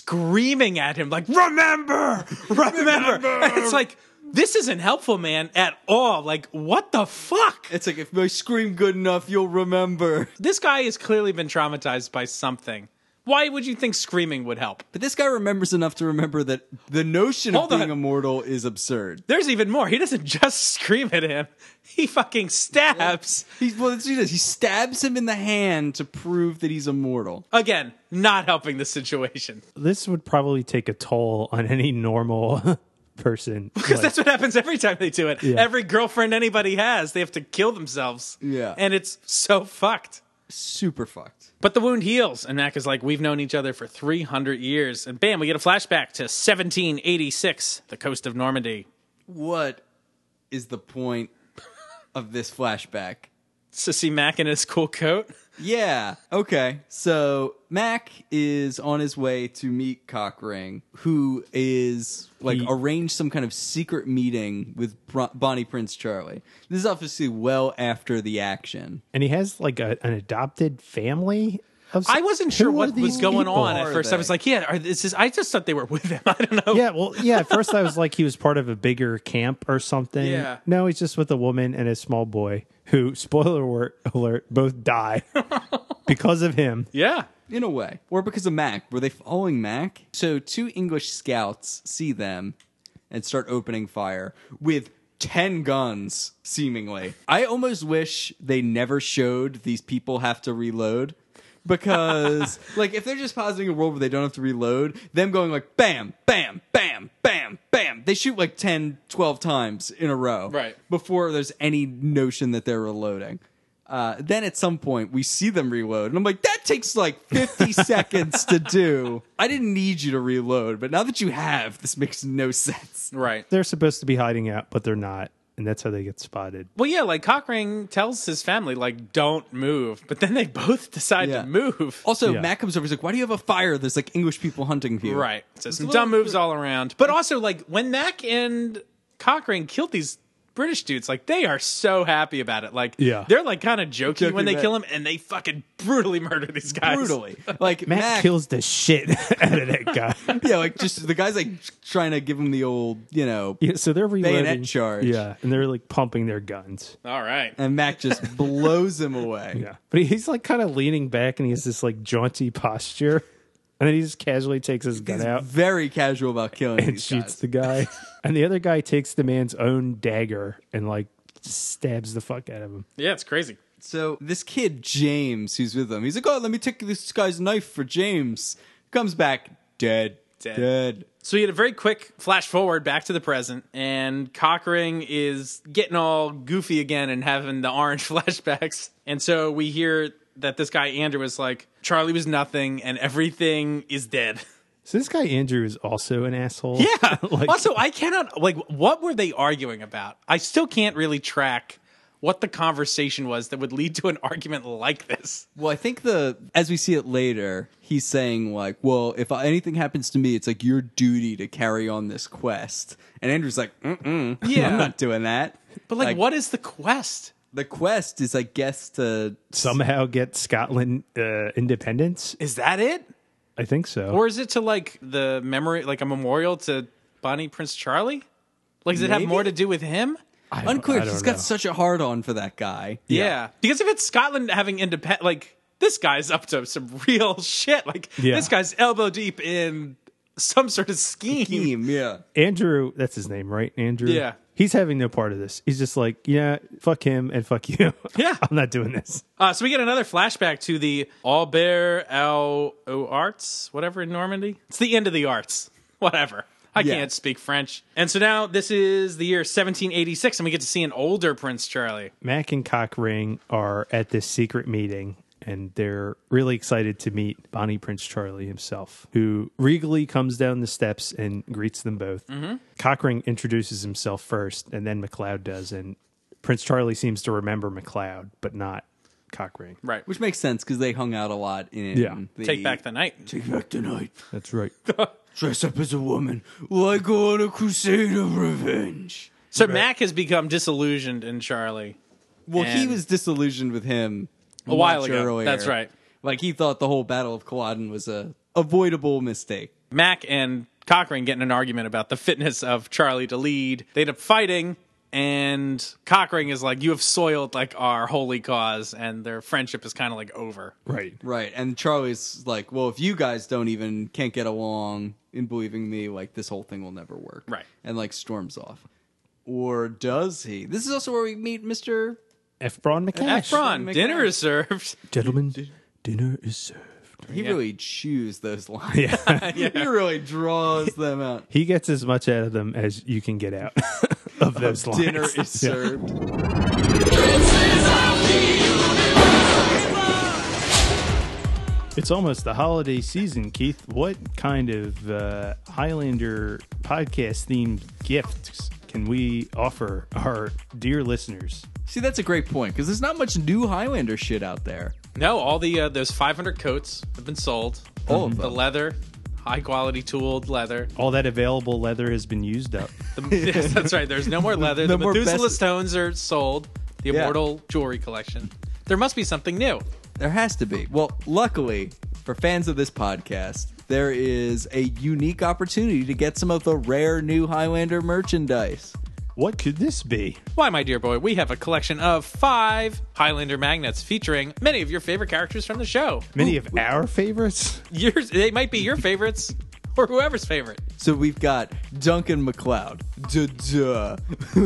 [SPEAKER 1] screaming at him like, "Remember, remember!" And it's like this isn't helpful, man, at all. Like, what the fuck?
[SPEAKER 8] It's like if I scream good enough, you'll remember.
[SPEAKER 1] This guy has clearly been traumatized by something. Why would you think screaming would help?
[SPEAKER 8] But this guy remembers enough to remember that the notion
[SPEAKER 1] Hold
[SPEAKER 8] of
[SPEAKER 1] on.
[SPEAKER 8] being immortal is absurd.
[SPEAKER 1] There's even more. He doesn't just scream at him. He fucking stabs.
[SPEAKER 8] He's well, that's what he does. He stabs him in the hand to prove that he's immortal.
[SPEAKER 1] Again, not helping the situation.
[SPEAKER 11] this would probably take a toll on any normal person.
[SPEAKER 1] Because
[SPEAKER 11] Like,
[SPEAKER 1] that's what happens every time they do it. Every girlfriend anybody has, they have to kill themselves.
[SPEAKER 8] Yeah.
[SPEAKER 1] And it's so fucked.
[SPEAKER 8] Super fucked.
[SPEAKER 1] But the wound heals, and Mac is like, We've known each other for 300 years. And bam, we get a flashback to 1786, the coast of Normandy.
[SPEAKER 8] What is the point of this flashback.
[SPEAKER 1] Sissy Mac in his cool coat.
[SPEAKER 8] Yeah. Okay. So Mac is on his way to meet Cockring, who is like arranged some kind of secret meeting with Bro- Bonnie Prince Charlie. This is obviously well after the action.
[SPEAKER 11] and he has like a, an adopted family. Of some-
[SPEAKER 1] I wasn't sure
[SPEAKER 11] Who are
[SPEAKER 1] what was
[SPEAKER 11] these
[SPEAKER 1] going
[SPEAKER 11] people?
[SPEAKER 1] on at
[SPEAKER 8] Are
[SPEAKER 1] first. I was
[SPEAKER 8] they?
[SPEAKER 1] like, yeah, are, this is. I just thought they were with him. I don't know.
[SPEAKER 11] Yeah. Yeah, well, yeah. At first, I was like, he was part of a bigger camp or something.
[SPEAKER 1] Yeah.
[SPEAKER 11] No, he's just with a woman and a small boy who, spoiler wor- alert, both die because of him.
[SPEAKER 8] in a way, or because of Mac. Were they following Mac? So two English scouts see them and start opening fire with 10 guns, seemingly. I almost wish they never showed these people have to reload. Because, like, if they're just positing a world where they don't have to reload, them going like bam, bam, bam, bam, bam, they shoot like 10, 12 times in a row.
[SPEAKER 1] Right.
[SPEAKER 8] Before there's any notion that they're reloading. Uh, then at some point we see them reload, and I'm like, that takes like 50 seconds to do. I didn't need you to reload, but now that you have, this makes no sense.
[SPEAKER 1] Right.
[SPEAKER 11] They're supposed to be hiding out, but they're not. And that's how they get spotted.
[SPEAKER 1] Well, yeah, like Cockring tells his family, like, don't move. But then they both decide
[SPEAKER 8] Yeah.
[SPEAKER 1] to move.
[SPEAKER 8] Also,
[SPEAKER 11] Yeah.
[SPEAKER 8] Matt comes over. He's like, "Why do you have a fire? There's like English people hunting you."
[SPEAKER 1] Right. So some
[SPEAKER 8] little
[SPEAKER 1] dumb moves all around. But also, like, when Mac and Cochran killed these British dudes, like, they are so happy about it. Like,
[SPEAKER 11] Yeah.
[SPEAKER 1] they're, like, kind of jokey
[SPEAKER 8] Joking
[SPEAKER 1] when they
[SPEAKER 8] about
[SPEAKER 1] kill him, and they fucking brutally murder these guys.
[SPEAKER 8] brutally. Like
[SPEAKER 11] Matt
[SPEAKER 8] Mac
[SPEAKER 11] kills the shit out of that guy.
[SPEAKER 8] Yeah, like just the guy's like trying to give him the old, you know,
[SPEAKER 11] yeah, so they're reloading.
[SPEAKER 8] Bayonet charge. Uh.
[SPEAKER 11] Yeah, and they're like pumping their guns.
[SPEAKER 1] All right.
[SPEAKER 8] and Mac just blows him away.
[SPEAKER 11] Yeah, but he's like kind of leaning back, and he has this like jaunty posture, and then he just casually takes his gun
[SPEAKER 8] He's
[SPEAKER 11] out.
[SPEAKER 8] very casual about killing
[SPEAKER 11] and
[SPEAKER 8] these
[SPEAKER 11] shoots
[SPEAKER 8] guys.
[SPEAKER 11] the guy. and the other guy takes the man's own dagger and like stabs the fuck out of him.
[SPEAKER 1] Yeah, it's crazy.
[SPEAKER 8] So this kid James, who's with them, he's like, "Oh, let me take this guy's knife for James." Comes back dead,
[SPEAKER 1] Dead.
[SPEAKER 8] dead.
[SPEAKER 1] So you had a very quick flash forward back to the present, and Cockring is getting all goofy again and having the orange flashbacks. And so we hear that this guy Andrew was like, Charlie was nothing, and everything is dead.
[SPEAKER 11] So this guy Andrew is also an asshole.
[SPEAKER 1] Yeah.
[SPEAKER 11] like
[SPEAKER 1] also, I cannot like what were they arguing about? I still can't really track what the conversation was that would lead to an argument like this.
[SPEAKER 8] Well, I think the as we see it later, he's saying like, "Well, if I, anything happens to me, it's like your duty to carry on this quest." And Andrew's like, "Mm-mm,
[SPEAKER 1] Yeah.
[SPEAKER 8] I'm not doing that."
[SPEAKER 1] But like, what is the quest?
[SPEAKER 8] the quest is, I guess, to
[SPEAKER 11] somehow get Scotland uh, independence.
[SPEAKER 1] Is that it?
[SPEAKER 11] I think so.
[SPEAKER 1] Or is it to like the memory like a memorial to Bonnie Prince Charlie? Like does it have
[SPEAKER 8] Maybe?
[SPEAKER 1] more to do with him?
[SPEAKER 11] I don't-
[SPEAKER 8] unclear.
[SPEAKER 11] I don't
[SPEAKER 8] He's
[SPEAKER 11] know.
[SPEAKER 8] got such a hard on for that guy.
[SPEAKER 1] Yeah. Because if it's Scotland having independent like this guy's up to some real shit. Like
[SPEAKER 11] Yeah.
[SPEAKER 1] this guy's elbow deep in some sort of scheme.
[SPEAKER 8] Team, yeah.
[SPEAKER 11] Andrew, that's his name, right? Andrew.
[SPEAKER 1] Yeah.
[SPEAKER 11] He's having no part of this. He's just like, yeah, fuck him and fuck you.
[SPEAKER 1] Yeah.
[SPEAKER 11] I'm not doing this.
[SPEAKER 1] Uh, so we get another flashback to the Albert Al O Arts, whatever in Normandy. It's the end of the arts, whatever. I
[SPEAKER 8] Yeah.
[SPEAKER 1] can't speak French. And so now this is the year 1786, and we get to see an older Prince Charlie.
[SPEAKER 11] Mac and Cockring are at this secret meeting and they're really excited to meet Bonnie Prince Charlie himself, who regally comes down the steps and greets them both.
[SPEAKER 1] Mm-hmm.
[SPEAKER 11] Cockring introduces himself first and then McLeod does. And Prince Charlie seems to remember McLeod, but not Cockring.
[SPEAKER 1] Right.
[SPEAKER 8] Which makes sense because they hung out a lot in
[SPEAKER 11] Yeah.
[SPEAKER 8] the
[SPEAKER 1] Take back the night.
[SPEAKER 8] Take back the night.
[SPEAKER 11] That's right.
[SPEAKER 8] Dress up as a woman. Like go on a crusade of revenge.
[SPEAKER 1] So Mac has become disillusioned in Charlie.
[SPEAKER 8] Well, he
[SPEAKER 1] And-
[SPEAKER 8] was disillusioned with him a
[SPEAKER 1] while ago. That's right.
[SPEAKER 8] Like he thought the whole Battle of Culloden was a avoidable mistake.
[SPEAKER 1] Mac and Cochrane get in an argument about the fitness of Charlie to lead. They end up fighting, and Cochrane is like, You have soiled like our holy cause, and their friendship is kind of like over.
[SPEAKER 11] Right.
[SPEAKER 8] Right. And Charlie's like, well, if you guys don't even can't get along in believing me, like this whole thing will never work.
[SPEAKER 1] Right.
[SPEAKER 8] And like storms off. Or does he? This is also where we meet Mr.
[SPEAKER 11] F. Braun McCash.
[SPEAKER 1] Efron,
[SPEAKER 8] Make
[SPEAKER 1] dinner
[SPEAKER 8] out.
[SPEAKER 1] is served.
[SPEAKER 11] Gentlemen, dinner is served.
[SPEAKER 8] He really chews those lines.
[SPEAKER 11] Yeah.
[SPEAKER 8] he really draws them out.
[SPEAKER 11] he gets as much out of them as you can get out of those lines.
[SPEAKER 8] Dinner is
[SPEAKER 11] Yeah.
[SPEAKER 8] served.
[SPEAKER 11] It's almost the holiday season, Keith. What kind of uh, Highlander podcast themed gifts can we offer our dear listeners?
[SPEAKER 8] See, that's a great point because there's not much new Highlander shit out there.
[SPEAKER 1] No, all the uh, those 500 coats have been sold.
[SPEAKER 8] All of
[SPEAKER 1] the
[SPEAKER 8] them.
[SPEAKER 1] leather, high quality tooled leather.
[SPEAKER 11] All that available leather has been used up.
[SPEAKER 1] The, yes, that's right. There's no more leather. the
[SPEAKER 11] No more
[SPEAKER 1] Methuselah
[SPEAKER 11] best-
[SPEAKER 1] stones are sold. The
[SPEAKER 8] Yeah.
[SPEAKER 1] immortal jewelry collection. There must be something new.
[SPEAKER 8] There has to be. Well, luckily for fans of this podcast, there is a unique opportunity to get some of the rare new Highlander merchandise.
[SPEAKER 11] What could this be?
[SPEAKER 1] Why, my dear boy, we have a collection of five Highlander magnets featuring many of your favorite characters from the show.
[SPEAKER 11] Many of our favorites?
[SPEAKER 1] Yours, they might be your favorites or whoever's favorite.
[SPEAKER 8] So we've got Duncan McLeod. Duh,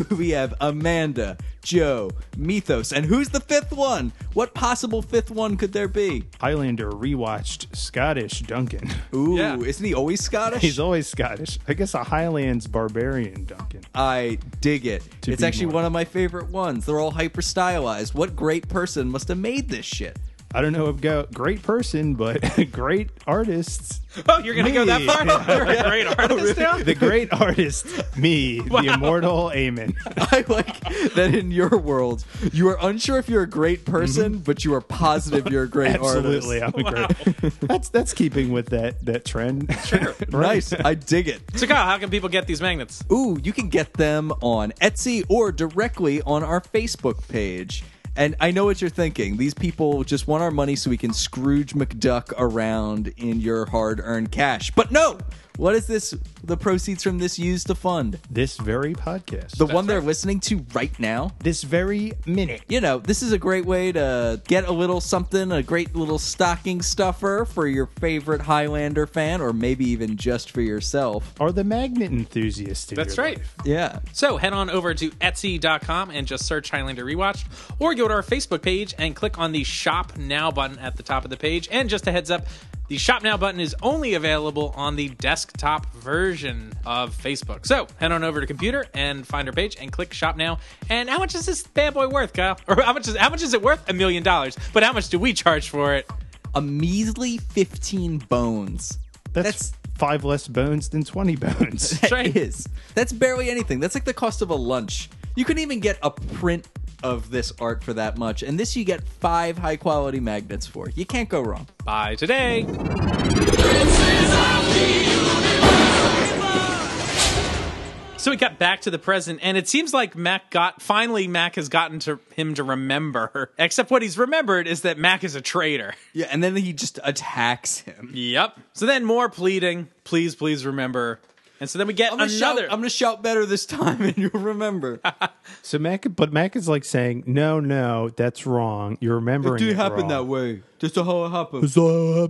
[SPEAKER 8] duh. we have Amanda, Joe, Mythos, and who's the fifth one? What possible fifth one could there be?
[SPEAKER 11] Highlander rewatched Scottish Duncan.
[SPEAKER 8] Ooh,
[SPEAKER 1] Yeah.
[SPEAKER 8] isn't he always Scottish?
[SPEAKER 11] He's always Scottish. I guess a Highlands barbarian Duncan.
[SPEAKER 8] I dig it.
[SPEAKER 11] To
[SPEAKER 8] it's
[SPEAKER 11] be
[SPEAKER 8] actually
[SPEAKER 11] more.
[SPEAKER 8] one of my favorite ones. They're all hyper stylized. What great person must have made this shit?
[SPEAKER 11] I don't know about great person, but great artists.
[SPEAKER 1] Oh, you're going to go that
[SPEAKER 11] Me.
[SPEAKER 1] far? You're a great artist now?
[SPEAKER 11] The great artist, me, the immortal Amen.
[SPEAKER 8] I like that in your world, you are unsure if you're a great person, but you are positive you're a great
[SPEAKER 11] Mm-hmm. Absolutely,
[SPEAKER 8] artist.
[SPEAKER 11] I'm a great. That's that's keeping with that that trend. Sure.
[SPEAKER 8] Nice. I dig it.
[SPEAKER 1] So, Kyle, how can people get these magnets?
[SPEAKER 8] Ooh, you can get them on Etsy or directly on our Facebook page. And I know what you're thinking. These people just want our money so we can Scrooge McDuck around in your hard earned cash. But no! What is this, the proceeds from this used to fund?
[SPEAKER 11] This very podcast.
[SPEAKER 8] The one they're listening to right now?
[SPEAKER 11] this very minute.
[SPEAKER 8] you know, this is a great way to get a little something, a great little stocking stuffer for your favorite Highlander fan, or maybe even just for yourself.
[SPEAKER 11] Are the magnet enthusiasts? in
[SPEAKER 1] That's
[SPEAKER 11] your
[SPEAKER 1] right.
[SPEAKER 11] life?
[SPEAKER 8] Yeah.
[SPEAKER 1] So head on over to Etsy.com and just search Highlander Rewatched, or go to our Facebook page and click on the Shop Now button at the top of the page. And just a heads up, the Shop Now button is only available on the desktop version of Facebook. So head on over to computer and find our page and click Shop Now. And how much is this bad boy worth, Kyle? Or how much is how much is it worth? A million dollars. But how much do we charge for it?
[SPEAKER 8] A measly 15 bones.
[SPEAKER 11] That's, five less bones than twenty bones.
[SPEAKER 8] That
[SPEAKER 1] right.
[SPEAKER 8] is- That's barely anything. That's like the cost of a lunch. You couldn't even get a print of this art for that much. And this you get five high quality magnets for. You can't go wrong.
[SPEAKER 1] Bye today. So we got back to the present, and it seems like Mac got finally Mac has gotten to him to remember. Except what he's remembered is that Mac is a traitor.
[SPEAKER 8] Yeah, and then he just attacks him.
[SPEAKER 1] Yep. So then more pleading, please, please remember. And so then we get
[SPEAKER 8] I'm gonna, shout,
[SPEAKER 1] another.
[SPEAKER 8] I'm gonna shout better this time and you'll remember.
[SPEAKER 11] So Mac, but Mac is like saying, "No, no, that's wrong. You're remembering
[SPEAKER 8] Dude,
[SPEAKER 11] it
[SPEAKER 8] happened that
[SPEAKER 11] wrong."
[SPEAKER 8] way. Just how it happened.
[SPEAKER 1] so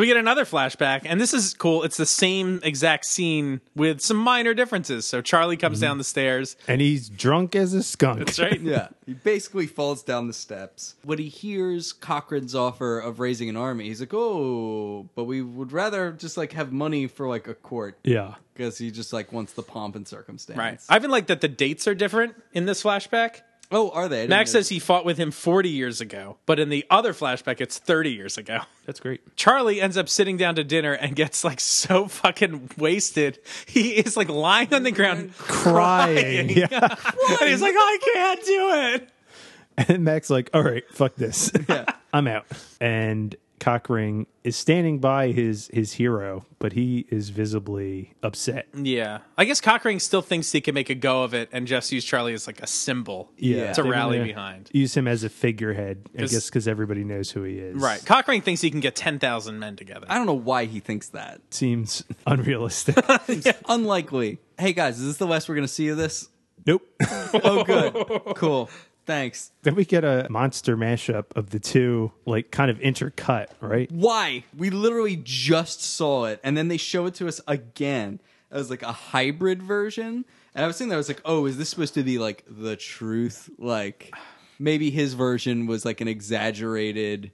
[SPEAKER 1] we get another flashback, and this is cool. It's the same exact scene with some minor differences. So Charlie comes down the stairs.
[SPEAKER 11] And he's drunk as a skunk.
[SPEAKER 1] That's right.
[SPEAKER 8] yeah, he basically falls down the steps. When he hears Cochrane's offer of raising an army, he's like, "Oh, but we would rather just like have money for like a court
[SPEAKER 11] Yeah.
[SPEAKER 8] because he just like wants the pomp and circumstance."
[SPEAKER 1] Right. I even like that the dates are different in this flashback.
[SPEAKER 8] oh, are they? I didn't
[SPEAKER 1] Max
[SPEAKER 8] know-
[SPEAKER 1] says he fought with him 40 years ago, but in the other flashback, it's 30 years ago.
[SPEAKER 11] That's great.
[SPEAKER 1] Charlie ends up sitting down to dinner and gets like so fucking wasted. He is like lying on the ground
[SPEAKER 11] Crying. Yeah.
[SPEAKER 1] and he's like, "Oh, I can't do it.
[SPEAKER 11] And Mac's like, all right, fuck this. I'm out. And Cockring is standing by his his hero, but he is visibly upset.
[SPEAKER 1] Yeah. I guess Cockring still thinks he can make a go of it and just use Charlie as like a symbol
[SPEAKER 11] Yeah.
[SPEAKER 1] to
[SPEAKER 11] They
[SPEAKER 1] rally
[SPEAKER 11] wanna
[SPEAKER 1] behind.
[SPEAKER 11] Use him as a figurehead, I
[SPEAKER 1] 'Cause-
[SPEAKER 11] guess because everybody knows who he is.
[SPEAKER 1] Right. Cockring thinks he can get 10,000 men together.
[SPEAKER 8] I don't know why he thinks that.
[SPEAKER 11] Seems unrealistic.
[SPEAKER 8] Unlikely. Hey guys, is this the last we're gonna see of this?
[SPEAKER 11] nope.
[SPEAKER 8] Oh, good. cool. Thanks.
[SPEAKER 11] then we get a monster mashup of the two, like kind of intercut, right?
[SPEAKER 8] Why? We literally just saw it, and then they show it to us again as like a hybrid version. And I was thinking, that I was like, oh, is this supposed to be like the truth? Like, maybe his version was like an exaggerated.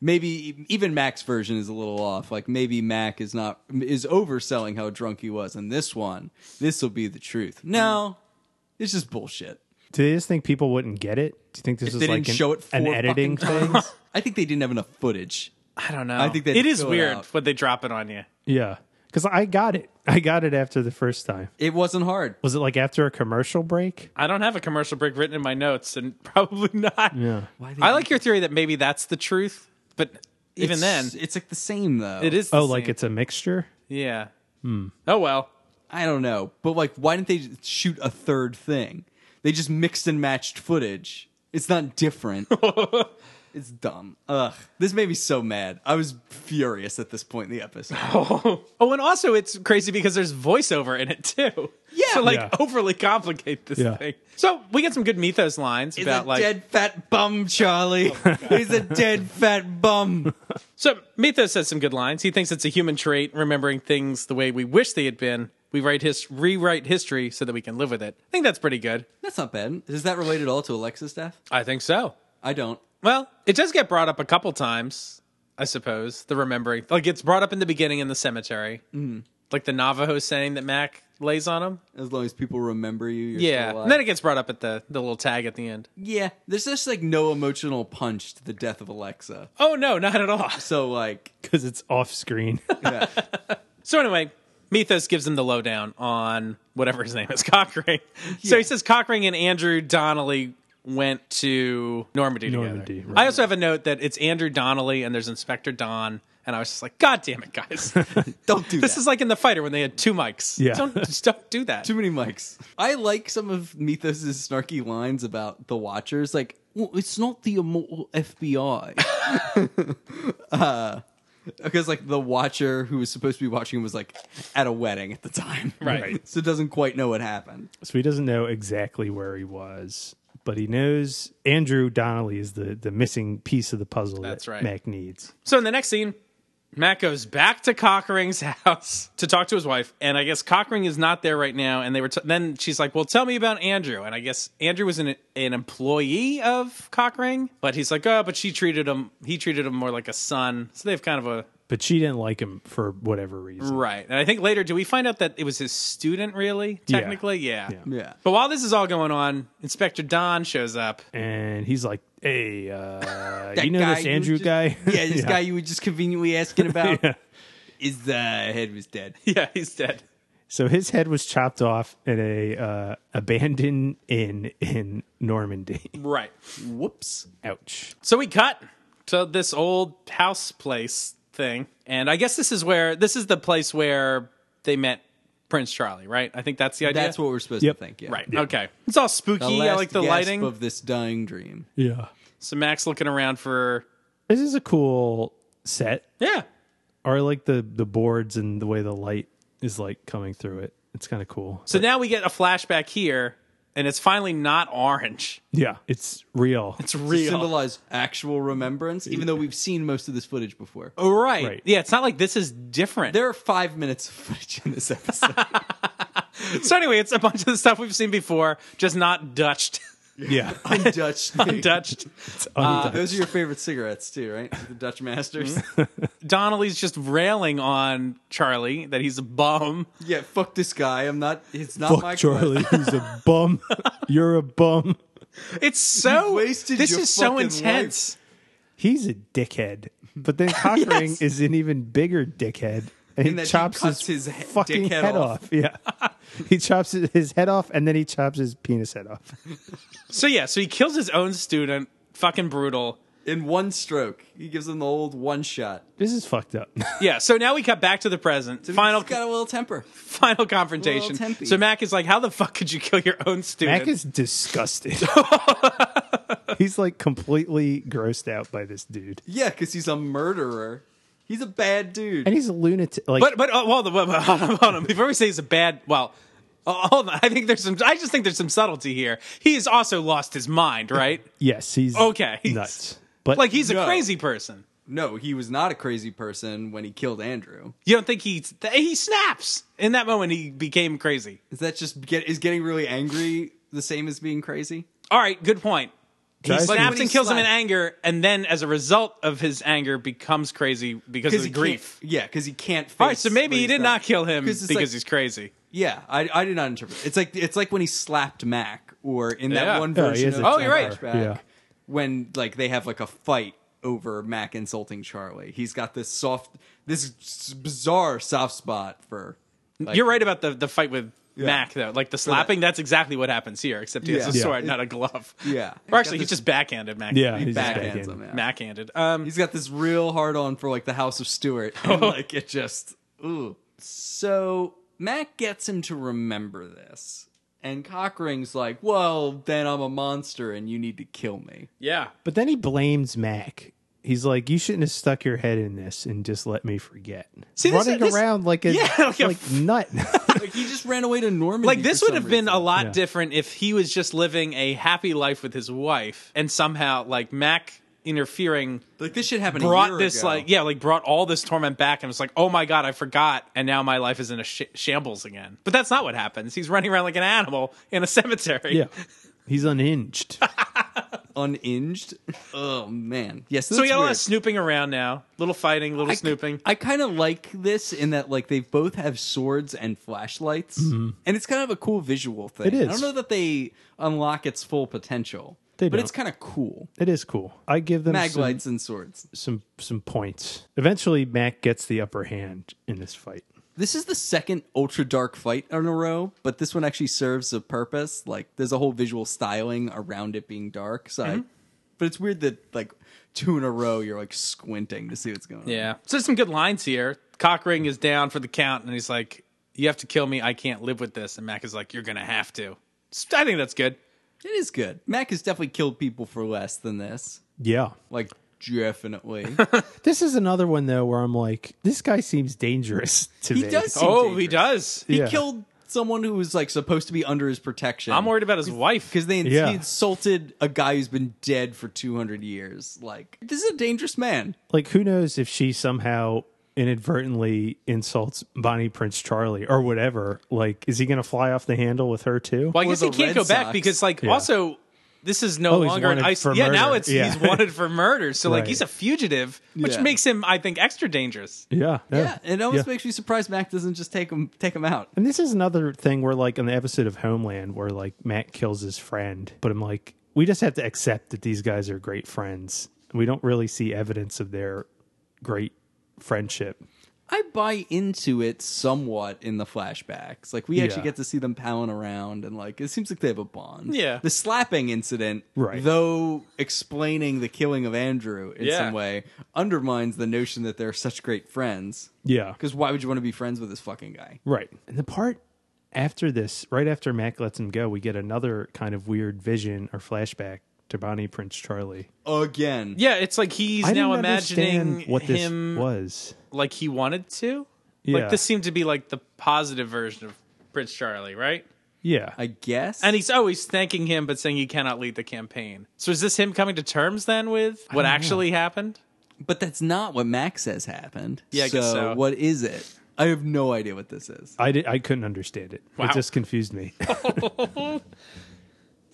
[SPEAKER 8] Maybe even Mac's version is a little off. Like maybe Mac is not is overselling how drunk he was, and this one, this will be the truth. No, it's just bullshit.
[SPEAKER 11] Do they just think people wouldn't get it? Do you think this is
[SPEAKER 8] They
[SPEAKER 11] like
[SPEAKER 8] didn't
[SPEAKER 11] an,
[SPEAKER 8] show it for
[SPEAKER 11] an editing thing?
[SPEAKER 8] I think they didn't have enough footage.
[SPEAKER 1] I don't know.
[SPEAKER 8] I think they'd
[SPEAKER 1] it is
[SPEAKER 8] fill it
[SPEAKER 1] weird
[SPEAKER 8] out.
[SPEAKER 1] when they drop it on you.
[SPEAKER 11] Yeah. Because I got it. I got it after the first time.
[SPEAKER 8] It wasn't hard.
[SPEAKER 11] Was it like after a commercial break?
[SPEAKER 1] I don't have a commercial break written in my notes, and probably not.
[SPEAKER 11] Yeah.
[SPEAKER 1] I like your theory that maybe that's the truth, but even
[SPEAKER 8] It's-
[SPEAKER 1] then,
[SPEAKER 8] it's like the same though.
[SPEAKER 1] it is. The
[SPEAKER 11] Oh, like Hmm.
[SPEAKER 1] same.
[SPEAKER 11] it's a mixture?
[SPEAKER 1] yeah. Oh well.
[SPEAKER 8] I don't know, but like, why didn't they shoot a third thing? They just mixed and matched footage. It's not different. it's dumb. Ugh, this made me so mad. I was furious at this point in the episode.
[SPEAKER 1] Oh, and also it's crazy because there's voiceover in it too. Yeah, to like
[SPEAKER 11] Yeah.
[SPEAKER 1] overly complicate this
[SPEAKER 11] Yeah.
[SPEAKER 1] thing. So we get some good mythos lines
[SPEAKER 8] He's
[SPEAKER 1] about
[SPEAKER 8] a
[SPEAKER 1] like Oh,
[SPEAKER 8] dead fat bum, Charlie. He's a dead fat bum.
[SPEAKER 1] So Mythos says some good lines. He thinks it's a human trait, remembering things the way we wish they had been. We write his rewrite history so that we can live with it. I think that's pretty good.
[SPEAKER 8] That's not bad. Is that related at all to Alexa's death?
[SPEAKER 1] I think so.
[SPEAKER 8] I don't.
[SPEAKER 1] Well, it does get brought up a couple times, I suppose. The remembering, like it's brought up in the beginning in the cemetery,
[SPEAKER 11] Mm-hmm.
[SPEAKER 1] like the Navajo saying that Mac lays on him.
[SPEAKER 8] As long as people remember you, you're
[SPEAKER 1] Yeah,
[SPEAKER 8] still
[SPEAKER 1] and then it
[SPEAKER 8] alive.
[SPEAKER 1] gets brought up at the the little tag at the end.
[SPEAKER 8] Yeah, there's just like no emotional punch to the death of Alexa.
[SPEAKER 1] Oh no, not at all.
[SPEAKER 8] So like,
[SPEAKER 11] Because it's off screen.
[SPEAKER 8] yeah.
[SPEAKER 1] So anyway, Mythos gives him the lowdown on whatever his name is, Cockring. So he says Cockring and Andrew Donnelly went to Normandy,
[SPEAKER 11] Normandy,
[SPEAKER 1] together.
[SPEAKER 11] right.
[SPEAKER 1] I also have a note that it's Andrew Donnelly and there's Inspector Don. And I was just like, God damn it, guys.
[SPEAKER 8] don't do
[SPEAKER 1] this
[SPEAKER 8] that.
[SPEAKER 1] is like in the fighter when they had two mics.
[SPEAKER 11] Yeah.
[SPEAKER 1] Don't, just don't do that.
[SPEAKER 8] Too many mics. I like some of Mythos' snarky lines about the Watchers. Like, well, it's not the immortal FBI. uh, because, Uh, like, the Watcher who was supposed to be watching was, like, at a wedding at the time.
[SPEAKER 1] Right.
[SPEAKER 8] so doesn't quite know what happened.
[SPEAKER 11] so he doesn't know exactly where he was, but he knows Andrew Donnelly is the, the missing piece of the puzzle
[SPEAKER 1] That's
[SPEAKER 11] that
[SPEAKER 1] right.
[SPEAKER 11] Mac needs.
[SPEAKER 1] So in the next scene, Matt goes back to Cockering's house to talk to his wife, and I guess Cockering is not there right now. And they were t- then she's like, "Well, tell me about Andrew." And I guess Andrew was an an employee of Cockering, but he's like, "Oh, but she treated him. He treated him more like a son." So they have kind of a
[SPEAKER 11] But she didn't like him for whatever reason.
[SPEAKER 1] right. And I think later, do we find out that it was his student? Really,
[SPEAKER 11] Yeah.
[SPEAKER 1] technically, yeah.
[SPEAKER 8] Yeah.
[SPEAKER 1] But while this is all going on, Inspector Don shows up.
[SPEAKER 11] And he's like, hey, uh,
[SPEAKER 8] That
[SPEAKER 11] you know
[SPEAKER 8] guy
[SPEAKER 11] this
[SPEAKER 8] you were
[SPEAKER 11] Andrew
[SPEAKER 8] just-
[SPEAKER 11] guy?
[SPEAKER 8] Yeah, this guy you were just conveniently asking about is the head was dead.
[SPEAKER 1] Yeah, he's dead.
[SPEAKER 11] So his head was chopped off at a uh, abandoned inn in Normandy.
[SPEAKER 1] Right.
[SPEAKER 8] Whoops.
[SPEAKER 11] Ouch.
[SPEAKER 1] So we cut to this old house place thing. And I guess this is where this is the place where they met Prince Charlie, right? I think that's the idea.
[SPEAKER 8] That's what we're supposed
[SPEAKER 11] Yep.
[SPEAKER 8] to think. Yeah.
[SPEAKER 1] Right. Okay. It's all spooky.
[SPEAKER 8] The
[SPEAKER 1] I
[SPEAKER 8] last
[SPEAKER 1] like the
[SPEAKER 8] gasp
[SPEAKER 1] lighting.
[SPEAKER 8] of this dying dream.
[SPEAKER 11] Yeah.
[SPEAKER 1] so Max looking around for
[SPEAKER 11] This is a cool set.
[SPEAKER 1] Yeah.
[SPEAKER 11] Or like the the boards and the way the light is like coming through it. It's kind of cool.
[SPEAKER 1] So now we get a flashback here and it's finally not orange.
[SPEAKER 11] yeah, it's real.
[SPEAKER 1] It's real.
[SPEAKER 8] symbolize actual remembrance, even though we've seen most of this footage before.
[SPEAKER 1] Oh, right.
[SPEAKER 11] Right.
[SPEAKER 1] Yeah, it's not like this is different.
[SPEAKER 8] There are five minutes of footage in this episode.
[SPEAKER 1] so anyway, it's a bunch of the stuff we've seen before, just not Dutched.
[SPEAKER 11] yeah.
[SPEAKER 8] Dutch.
[SPEAKER 1] Dutched. Uh,
[SPEAKER 8] Those are your favorite cigarettes too, right? The Dutch Masters.
[SPEAKER 1] Mm-hmm. Donnelly's just railing on Charlie that he's a bum.
[SPEAKER 8] yeah, fuck this guy. I'm not. It's not my
[SPEAKER 11] Fuck Charlie, he's a bum. You're a bum.
[SPEAKER 1] It's so
[SPEAKER 8] You wasted
[SPEAKER 1] This
[SPEAKER 8] your
[SPEAKER 1] is so
[SPEAKER 8] fucking
[SPEAKER 1] intense.
[SPEAKER 11] He's a dickhead. But then Cockring
[SPEAKER 1] Yes.
[SPEAKER 11] is an even bigger dickhead. And,
[SPEAKER 8] that
[SPEAKER 11] he
[SPEAKER 8] he
[SPEAKER 11] chops
[SPEAKER 8] cuts
[SPEAKER 11] his,
[SPEAKER 8] his he-
[SPEAKER 11] fucking
[SPEAKER 8] dickhead
[SPEAKER 11] head,
[SPEAKER 8] off.
[SPEAKER 11] off. Yeah. he chops his- his head off and then he chops his penis head off.
[SPEAKER 1] So yeah, so he kills his own student. Fucking brutal.
[SPEAKER 8] In one stroke, he gives him the old one shot.
[SPEAKER 11] This is fucked up.
[SPEAKER 1] Yeah. So now we cut back to the present. final
[SPEAKER 8] He's got a little temper.
[SPEAKER 1] final confrontation.
[SPEAKER 8] Little tempy.
[SPEAKER 1] So Mac is like, "How the fuck could you kill your own student?"
[SPEAKER 11] Mac is disgusted. He's like completely grossed out by this dude.
[SPEAKER 8] Yeah, because he's a murderer. He's a bad dude.
[SPEAKER 11] And he's a lunatic. Like
[SPEAKER 1] but but oh, well, the- well, hold on, hold on. Before we say he's a bad, well, oh, hold on. I think there's some. I just think there's some subtlety here. He has also lost his mind, right?
[SPEAKER 11] yes, he's
[SPEAKER 1] Okay.
[SPEAKER 11] nuts. But
[SPEAKER 1] like he's a
[SPEAKER 8] No.
[SPEAKER 1] crazy person.
[SPEAKER 8] no, he was not a crazy person when he killed Andrew.
[SPEAKER 1] You don't think he he snaps in that moment? He became crazy.
[SPEAKER 8] Is that just get is getting really angry the same as being crazy?
[SPEAKER 1] All right, good point. He
[SPEAKER 11] Guys,
[SPEAKER 8] when
[SPEAKER 1] snaps
[SPEAKER 8] he
[SPEAKER 1] and kills him in
[SPEAKER 8] slapped-
[SPEAKER 1] anger, and then as a result of his anger, becomes crazy because of the
[SPEAKER 8] he
[SPEAKER 1] grief.
[SPEAKER 8] can't- Yeah, because he can't. Face
[SPEAKER 1] All right, so maybe
[SPEAKER 8] what
[SPEAKER 1] he
[SPEAKER 8] he's
[SPEAKER 1] did
[SPEAKER 8] done.
[SPEAKER 1] not kill him
[SPEAKER 8] 'Cause
[SPEAKER 1] because
[SPEAKER 8] it's like-
[SPEAKER 1] he's crazy.
[SPEAKER 8] Yeah, I, I did not interpret. It's like it's like when he slapped Mac, or in that
[SPEAKER 1] Yeah.
[SPEAKER 8] one
[SPEAKER 11] Yeah, he
[SPEAKER 8] version.
[SPEAKER 11] is
[SPEAKER 8] of
[SPEAKER 11] a
[SPEAKER 1] Oh, you're right.
[SPEAKER 8] Flashback,
[SPEAKER 11] Yeah.
[SPEAKER 8] When like they have like a fight over Mac insulting Charlie. He's got this soft, this s- bizarre soft spot for. like-
[SPEAKER 1] You're right about the the fight with Mac though. Like the slapping, that's exactly what happens here, except he has a
[SPEAKER 8] Yeah.
[SPEAKER 1] sword,
[SPEAKER 8] Yeah.
[SPEAKER 1] not a glove.
[SPEAKER 8] Yeah.
[SPEAKER 1] Or actually, he's just backhanded Mac.
[SPEAKER 8] Yeah, He he's just backhands backhanded. him, yeah.
[SPEAKER 1] Backhanded. Um,
[SPEAKER 8] he's got this real hard on for like the House of Stuart. And, like it just ooh. So Mac gets him to remember this, and Cochrane's like, "Well, then I'm a monster, and you need to kill me."
[SPEAKER 1] Yeah.
[SPEAKER 11] But then he blames Mac. He's like, you shouldn't have stuck your head in this and just let me forget.
[SPEAKER 1] See, this-
[SPEAKER 11] Running
[SPEAKER 1] this-
[SPEAKER 11] around like a
[SPEAKER 1] Yeah, like a
[SPEAKER 11] like nut.
[SPEAKER 8] Like he just ran away to Normandy.
[SPEAKER 1] like this
[SPEAKER 8] for
[SPEAKER 1] would
[SPEAKER 8] some
[SPEAKER 1] have
[SPEAKER 8] reason.
[SPEAKER 1] been a lot
[SPEAKER 11] Yeah.
[SPEAKER 1] different if he was just living a happy life with his wife and somehow like Mac interfering
[SPEAKER 8] like this shit happened. a
[SPEAKER 1] brought
[SPEAKER 8] year
[SPEAKER 1] this
[SPEAKER 8] ago.
[SPEAKER 1] like yeah like brought all this torment back and was like oh my god i forgot and now my life is in a sh- shambles again but that's not what happens he's running around like an animal in a cemetery
[SPEAKER 11] yeah. He's unhinged.
[SPEAKER 8] unhinged. Oh man, yes.
[SPEAKER 1] so
[SPEAKER 8] that's
[SPEAKER 1] we got a lot
[SPEAKER 8] weird.
[SPEAKER 1] of snooping around now little fighting little snooping
[SPEAKER 8] I kind of like this in that like they both have swords and flashlights, and it's kind of a cool visual thing.
[SPEAKER 11] Mm-hmm. It is.
[SPEAKER 8] I don't know that they unlock its full potential,
[SPEAKER 11] They
[SPEAKER 8] but
[SPEAKER 11] don't.
[SPEAKER 8] it's kind of cool.
[SPEAKER 11] It is cool. I give them
[SPEAKER 8] Mag
[SPEAKER 11] some,
[SPEAKER 8] lights and swords.
[SPEAKER 11] some some points. Eventually Mac gets the upper hand in this fight.
[SPEAKER 8] This is the second ultra dark fight in a row, but this one actually serves a purpose. Like there's a whole visual styling around it being dark. So, I-
[SPEAKER 1] Mm-hmm.
[SPEAKER 8] but it's weird that like two in a row, you're like squinting to see what's going on.
[SPEAKER 1] yeah so there's some good lines here cockring is down for the count and he's like you have to kill me i can't live with this and mac is like you're gonna have to i think that's good
[SPEAKER 8] it is good. Mac has definitely killed people for less than this.
[SPEAKER 11] Yeah.
[SPEAKER 8] Like definitely.
[SPEAKER 11] This is another one though where I'm like, this guy seems dangerous to
[SPEAKER 8] He
[SPEAKER 11] me.
[SPEAKER 8] does seem
[SPEAKER 1] oh he
[SPEAKER 8] dangerous.
[SPEAKER 1] does
[SPEAKER 8] He
[SPEAKER 11] Yeah.
[SPEAKER 8] killed someone who was like supposed to be under his protection.
[SPEAKER 1] i'm worried about his wife
[SPEAKER 8] because they
[SPEAKER 11] Yeah.
[SPEAKER 8] he insulted a guy who's been dead for two hundred years. Like this is a dangerous man.
[SPEAKER 11] like who knows if she somehow inadvertently insults Bonnie Prince Charlie or whatever. Like, is he gonna fly off the handle with her too?
[SPEAKER 1] Well, I
[SPEAKER 8] Or
[SPEAKER 1] guess
[SPEAKER 8] the
[SPEAKER 1] he can't
[SPEAKER 8] Red
[SPEAKER 1] go back
[SPEAKER 8] Sox.
[SPEAKER 1] because, like,
[SPEAKER 11] Yeah.
[SPEAKER 1] also this is no
[SPEAKER 11] Oh, he's
[SPEAKER 1] longer an
[SPEAKER 11] wanted
[SPEAKER 1] ice.
[SPEAKER 11] for
[SPEAKER 1] Yeah, now
[SPEAKER 11] murder.
[SPEAKER 1] it's
[SPEAKER 11] Yeah.
[SPEAKER 1] he's wanted for murder. So, like,
[SPEAKER 11] Right.
[SPEAKER 1] he's a fugitive, which
[SPEAKER 8] Yeah.
[SPEAKER 1] makes him, I think, extra dangerous.
[SPEAKER 11] yeah.
[SPEAKER 8] Yeah, it almost
[SPEAKER 11] Yeah.
[SPEAKER 8] makes me surprised Mac doesn't just take him take him out.
[SPEAKER 11] And this is another thing where, like, on the episode of Homeland, where like Matt kills his friend, but I'm like, we just have to accept that these guys are great friends. We don't really see evidence of their great friendship.
[SPEAKER 8] I buy into it somewhat in the flashbacks. Like we actually
[SPEAKER 11] Yeah.
[SPEAKER 8] get to see them palling around, and like it seems like they have a bond.
[SPEAKER 1] Yeah.
[SPEAKER 8] the slapping incident,
[SPEAKER 11] Right.
[SPEAKER 8] Though explaining the killing of Andrew in
[SPEAKER 1] Yeah.
[SPEAKER 8] some way undermines the notion that they're such great friends.
[SPEAKER 11] Yeah,
[SPEAKER 8] Because why would you want to be friends with this fucking guy?
[SPEAKER 11] right. And the part after this, right after Mac lets him go, we get another kind of weird vision or flashback to Bonnie Prince Charlie.
[SPEAKER 8] Again.
[SPEAKER 1] Yeah, it's like he's
[SPEAKER 11] I
[SPEAKER 1] now
[SPEAKER 11] didn't
[SPEAKER 1] imagining
[SPEAKER 11] understand what this
[SPEAKER 1] him
[SPEAKER 11] was.
[SPEAKER 1] like he wanted to.
[SPEAKER 11] Yeah.
[SPEAKER 1] Like this seemed to be like the positive version of Prince Charlie, right?
[SPEAKER 11] Yeah,
[SPEAKER 8] I guess.
[SPEAKER 1] And he's always thanking him, but saying he cannot lead the campaign. So is this him coming to terms then with what actually happened?
[SPEAKER 8] but that's not what Max says happened.
[SPEAKER 1] Yeah, I guess so.
[SPEAKER 8] what is it? I have no idea what this is.
[SPEAKER 11] I did. I couldn't understand it.
[SPEAKER 1] Wow.
[SPEAKER 11] It just confused me.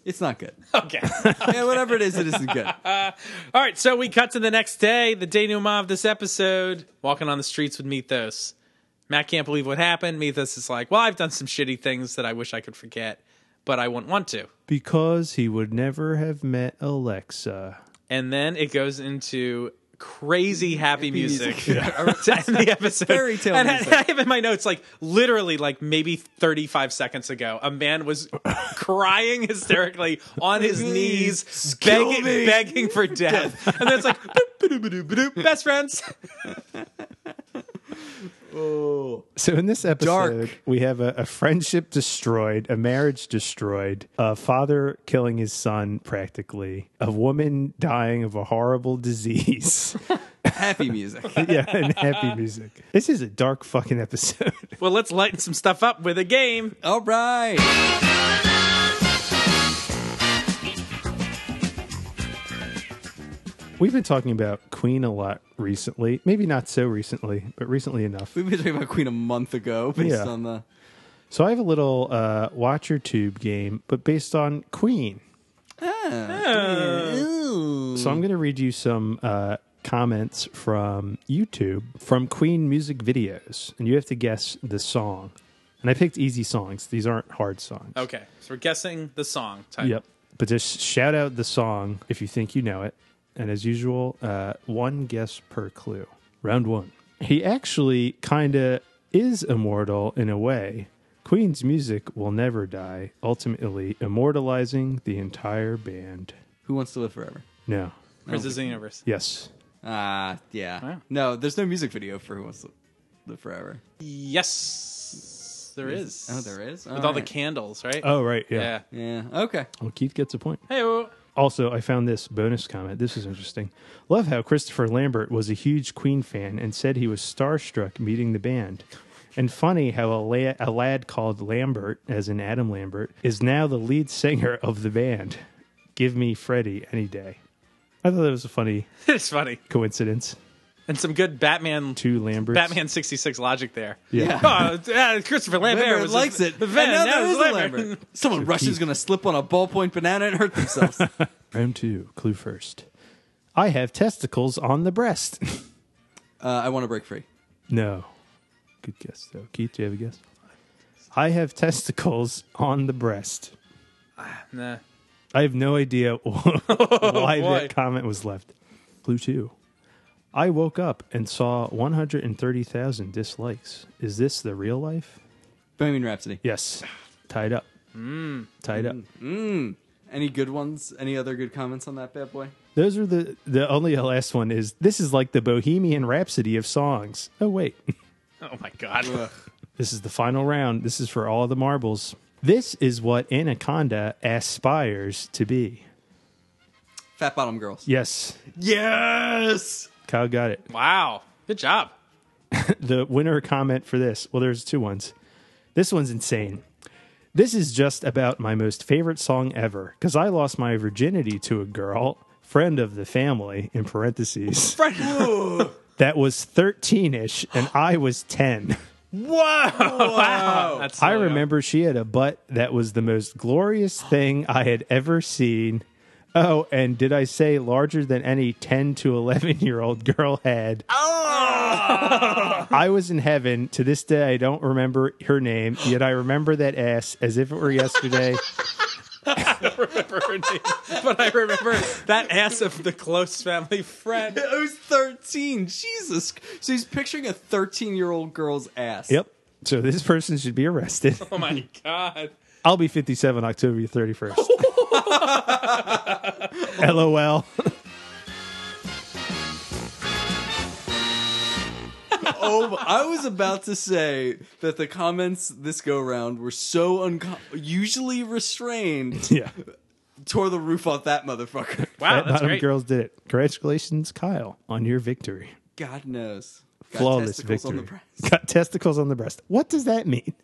[SPEAKER 8] It's not good.
[SPEAKER 1] Okay.
[SPEAKER 8] yeah, whatever it is, it isn't good.
[SPEAKER 1] All right, so we cut to the next day, the denouement of this episode. Walking on the streets with Mythos. Matt can't believe what happened. Mythos is like, Well, I've done some shitty things that I wish I could forget, but I wouldn't want to.
[SPEAKER 11] because he would never have met Alexa.
[SPEAKER 1] And then it goes into crazy happy music to end the episode.
[SPEAKER 8] Fairy tale
[SPEAKER 1] and I-
[SPEAKER 8] music.
[SPEAKER 1] I, have in my notes, like, literally, like maybe 35 seconds ago, a man was crying hysterically on his knees, begging, begging for death. and then it's like, boop, boop, boop, boop, best friends.
[SPEAKER 11] So in this episode,
[SPEAKER 8] Dark.
[SPEAKER 11] we have a, a friendship destroyed, a marriage destroyed, a father killing his son practically, a woman dying of a horrible disease.
[SPEAKER 8] Happy music.
[SPEAKER 11] yeah, and happy music. This is a dark fucking episode.
[SPEAKER 1] Well, let's lighten some stuff up with a game.
[SPEAKER 8] All right.
[SPEAKER 11] We've been talking about Queen a lot recently. Maybe not so recently, but recently enough.
[SPEAKER 8] We've been talking about Queen a month ago based
[SPEAKER 11] Yeah.
[SPEAKER 8] on the.
[SPEAKER 11] So I have a little uh, watch your tube game, but based on Queen. So I'm going to read you some uh, comments from YouTube from Queen music videos, and you have to guess the song. And I picked easy songs; these aren't hard songs.
[SPEAKER 1] Okay, so we're guessing the song title.
[SPEAKER 11] Yep. But just shout out the song if you think you know it, And as usual, uh, one guess per clue. Round one. He actually kind of is immortal in a way. Queen's music will never die, ultimately immortalizing the entire band.
[SPEAKER 8] Who wants to live forever?
[SPEAKER 11] No.
[SPEAKER 1] Where's the universe?
[SPEAKER 11] Yes.
[SPEAKER 8] Ah, yeah. No, there's no music video for Who Wants to Live Forever.
[SPEAKER 1] Yes, there is.
[SPEAKER 8] Oh, there is?
[SPEAKER 1] With
[SPEAKER 8] All
[SPEAKER 1] all, the
[SPEAKER 8] right.
[SPEAKER 1] candles, right?
[SPEAKER 11] Oh, right, yeah.
[SPEAKER 8] Yeah. Okay.
[SPEAKER 11] Well, Keith gets a point.
[SPEAKER 1] yeah. Hey,
[SPEAKER 11] Also, I found this bonus comment. This is interesting. Love how Christopher Lambert was a huge Queen fan and said he was starstruck meeting the band. And funny how a, la- a lad called Lambert, as in Adam Lambert, is now the lead singer of the band. Give me Freddie any day. I thought that was a funny
[SPEAKER 1] it's funny.
[SPEAKER 11] coincidence.
[SPEAKER 1] And some good Batman
[SPEAKER 11] Two Lamberts.
[SPEAKER 1] Batman 66 logic there.
[SPEAKER 11] Yeah.
[SPEAKER 1] Oh, yeah, Christopher Lambert,
[SPEAKER 8] Lambert
[SPEAKER 1] was
[SPEAKER 8] likes it.
[SPEAKER 1] The
[SPEAKER 8] And
[SPEAKER 1] fan,
[SPEAKER 8] now
[SPEAKER 1] now
[SPEAKER 8] there
[SPEAKER 1] it's
[SPEAKER 8] is a
[SPEAKER 1] Lambert.
[SPEAKER 8] Lambert. Someone Russian's going to slip on a ballpoint banana and hurt themselves. Uh,
[SPEAKER 11] Round two, clue first. I have testicles on the breast.
[SPEAKER 8] Uh, I want to break free.
[SPEAKER 11] No. Good guess, though. Keith, do you have a guess? I have testicles on the breast.
[SPEAKER 1] Nah.
[SPEAKER 11] I have no idea
[SPEAKER 1] boy.
[SPEAKER 11] why that comment was left. Clue two. I woke up and saw 130,000 dislikes. Is this the real life?
[SPEAKER 8] Bohemian Rhapsody.
[SPEAKER 11] Yes. Tied up. Tied up.
[SPEAKER 8] Any good ones? Any other good comments on that bad boy?
[SPEAKER 11] Those are the the only uh, last one is this is like the Bohemian Rhapsody of songs. Oh wait.
[SPEAKER 1] Oh my god.
[SPEAKER 11] This is the final round. This is for all the marbles. This is what Anaconda aspires to be.
[SPEAKER 8] Fat Bottom Girls.
[SPEAKER 11] Yes,
[SPEAKER 8] Yes.
[SPEAKER 11] Kyle got it.
[SPEAKER 1] Wow. Good job.
[SPEAKER 11] The winner comment for this. Well, there's two ones. This one's insane. This is just about my most favorite song ever because I lost my virginity to a girl, friend of the family, in parentheses. that was 13 ish and I was 10.
[SPEAKER 1] Wow. That's
[SPEAKER 11] I
[SPEAKER 1] really
[SPEAKER 11] remember she had a butt that was the most glorious thing I had ever seen. Oh, and did I say larger than any 10 to 11 year old girl had? I was in heaven. To this day, I don't remember her name, yet I remember that ass as if it were yesterday.
[SPEAKER 1] awkward. but I remember that ass of the close family friend.
[SPEAKER 8] I was 13. Jesus. So he's picturing a 13 year old girl's ass.
[SPEAKER 11] yep. So this person should be arrested.
[SPEAKER 1] Oh my god.
[SPEAKER 11] I'll be 57 October 31st. LOL.
[SPEAKER 8] Oh, I was about to say that the comments this go round were so unco- usually restrained.
[SPEAKER 11] Yeah.
[SPEAKER 8] Tore the roof off that motherfucker.
[SPEAKER 1] Wow,
[SPEAKER 11] Fat
[SPEAKER 1] that's
[SPEAKER 11] Bottom
[SPEAKER 1] great.
[SPEAKER 11] Girls did it. Congratulations, Kyle, on your victory.
[SPEAKER 8] God knows. Got
[SPEAKER 11] Flawless
[SPEAKER 8] testicles on
[SPEAKER 11] victory.
[SPEAKER 8] the breast.
[SPEAKER 11] Got testicles on the breast. What does that mean?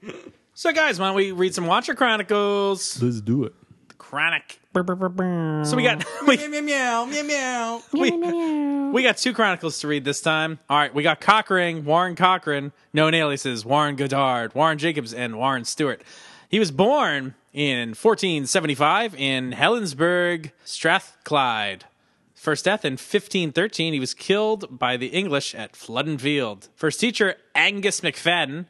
[SPEAKER 1] So guys, why don't we read some Watcher Chronicles?
[SPEAKER 11] Let's do it.
[SPEAKER 1] Chronic. So we got we,
[SPEAKER 8] Meow, meow, meow, meow, meow. Mm-hmm.
[SPEAKER 1] we, we got two chronicles to read this time. All right, we got Cochran, Warren Cochran, known aliases Warren Goddard, Warren Jacobs, and Warren Stewart. He was born in 1475 in Helensburgh, Strathclyde. First death in 1513, he was killed by the English at Flodden Field. First teacher, Angus McFadden,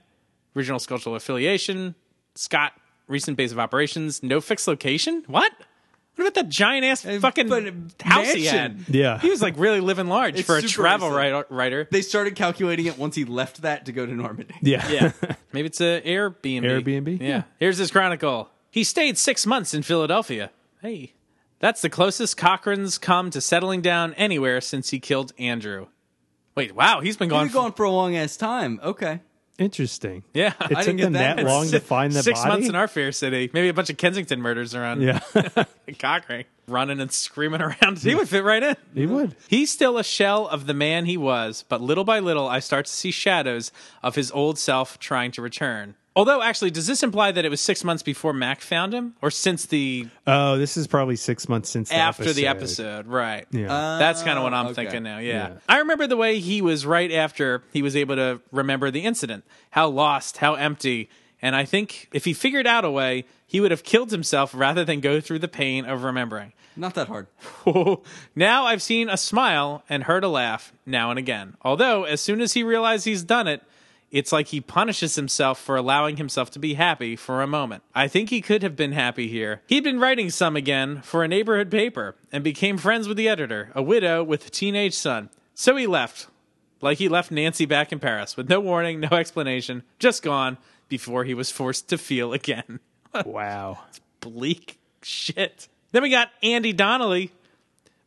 [SPEAKER 1] regional sculptural affiliation, Scott, recent base of operations, no fixed location? What? What about that giant ass fucking
[SPEAKER 8] Uh, but
[SPEAKER 1] house he had?
[SPEAKER 8] mansion.
[SPEAKER 11] Yeah.
[SPEAKER 1] He was like really living large
[SPEAKER 8] It's
[SPEAKER 1] for a
[SPEAKER 8] super
[SPEAKER 1] travel
[SPEAKER 8] recent.
[SPEAKER 1] writer, writer.
[SPEAKER 8] They started calculating it once he left that to go to Normandy.
[SPEAKER 11] Yeah.
[SPEAKER 1] Yeah. Maybe it's a Airbnb.
[SPEAKER 11] Airbnb?
[SPEAKER 1] Yeah.
[SPEAKER 11] Yeah.
[SPEAKER 1] Here's his chronicle. He stayed six months in Philadelphia. Hey. That's the closest Cochrane's come to settling down anywhere since he killed Andrew. Wait, wow, he's been
[SPEAKER 8] You're
[SPEAKER 1] gone. for-
[SPEAKER 8] gone for a long ass time. Okay.
[SPEAKER 11] Interesting.
[SPEAKER 1] yeah.
[SPEAKER 11] It
[SPEAKER 8] didn't
[SPEAKER 11] took
[SPEAKER 8] get
[SPEAKER 11] them
[SPEAKER 8] that
[SPEAKER 11] that,
[SPEAKER 8] one.
[SPEAKER 11] long to find the
[SPEAKER 1] Six
[SPEAKER 11] body?
[SPEAKER 1] months in our fair city. Maybe a bunch of Kensington murders around
[SPEAKER 11] yeah.
[SPEAKER 1] Cochrane. Running and screaming around. He would fit right in.
[SPEAKER 11] he would.
[SPEAKER 1] He's still a shell of the man he was, but little by little, I start to see shadows of his old self trying to return. Although, actually, does this imply that it was six months before Mac found him, or since the
[SPEAKER 11] Oh, this is probably six months since the
[SPEAKER 1] after the episode? Right.
[SPEAKER 11] Yeah.
[SPEAKER 1] That's kind of what I'm
[SPEAKER 11] Oh,
[SPEAKER 8] okay.
[SPEAKER 1] thinking now. Yeah.
[SPEAKER 11] Yeah.
[SPEAKER 1] I remember the way he was right after he was able to remember the incident. How lost, how empty. And I think if he figured out a way, he would have killed himself rather than go through the pain of remembering.
[SPEAKER 8] Not that hard.
[SPEAKER 1] now I've seen a smile and heard a laugh now and again. Although, as soon as he realized he's done it, It's like he punishes himself for allowing himself to be happy for a moment. I think he could have been happy here. He'd been writing some again for a neighborhood paper and became friends with the editor, a widow with a teenage son. So he left. Like he left Nancy back in Paris with no warning, no explanation, just gone before he was forced to feel again.
[SPEAKER 11] wow.
[SPEAKER 1] Bleak shit. Then we got Andy Donnelly,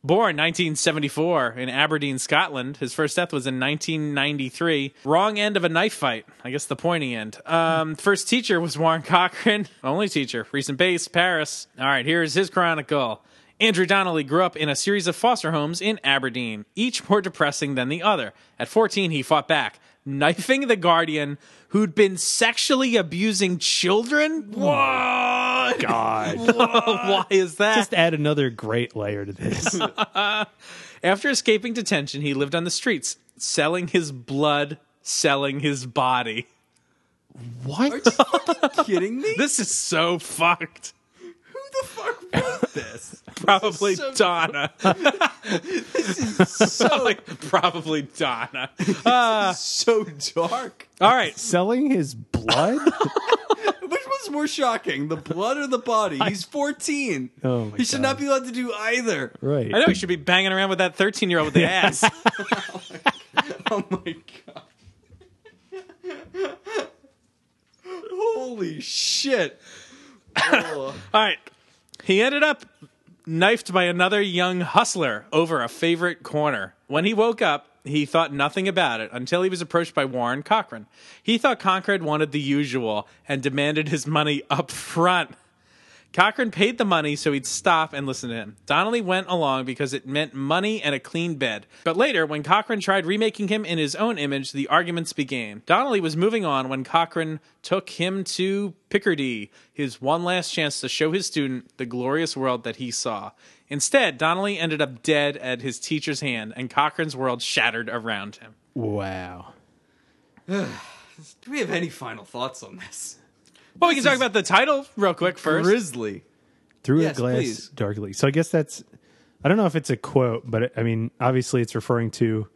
[SPEAKER 1] born 1974 in Aberdeen, Scotland. His first death was in 1993. Wrong end of a knife fight. I guess the pointy end. Um, first teacher was Warren Cochran. Only teacher. Recent base, Paris. All right, here's his chronicle. Andrew Donnelly grew up in a series of foster homes in Aberdeen, each more depressing than the other. At 14, he fought back, knifing the guardian who'd been sexually abusing children? What?
[SPEAKER 11] God.
[SPEAKER 1] Why is that?
[SPEAKER 11] Just add another great layer to this.
[SPEAKER 1] After escaping detention, he lived on the streets, selling his blood, selling his body.
[SPEAKER 8] What? Are you kidding me?
[SPEAKER 1] This is so fucked.
[SPEAKER 8] Who the fuck wrote this?
[SPEAKER 1] Probably
[SPEAKER 8] so-
[SPEAKER 1] Donna.
[SPEAKER 8] so
[SPEAKER 1] like, probably Donna.
[SPEAKER 8] so dark.
[SPEAKER 1] All right.
[SPEAKER 11] Selling his blood?
[SPEAKER 8] Which was more shocking, the blood or the body? He's 14.
[SPEAKER 11] Oh my
[SPEAKER 8] he should not be allowed to do either.
[SPEAKER 11] Right.
[SPEAKER 1] I know he should be banging around with that 13 year old with the ass.
[SPEAKER 8] Oh my god. Holy shit. Ugh.
[SPEAKER 1] All right. He ended up knifed by another young hustler over a favorite corner. When he woke up, he thought nothing about it until he was approached by Warren Cochran. He thought Cochran wanted the usual and demanded his money up front. Cochran paid the money so he'd stop and listen to him. Donnelly went along because it meant money and a clean bed. But later, when Cochran tried remaking him in his own image, the arguments began. Donnelly was moving on when Cochran took him to Picardy, his one last chance to show his student the glorious world that he saw. Instead, Donnelly ended up dead at his teacher's hand, and Cochran's world shattered around him.
[SPEAKER 11] wow.
[SPEAKER 8] do we have any final thoughts on this?
[SPEAKER 1] Well, we can talk about the title real quick first.
[SPEAKER 8] Grizzly.
[SPEAKER 11] Through
[SPEAKER 8] Yes,
[SPEAKER 11] a glass
[SPEAKER 8] please.
[SPEAKER 11] darkly. So I guess that's I don't know if it's a quote, but I mean, obviously it's referring to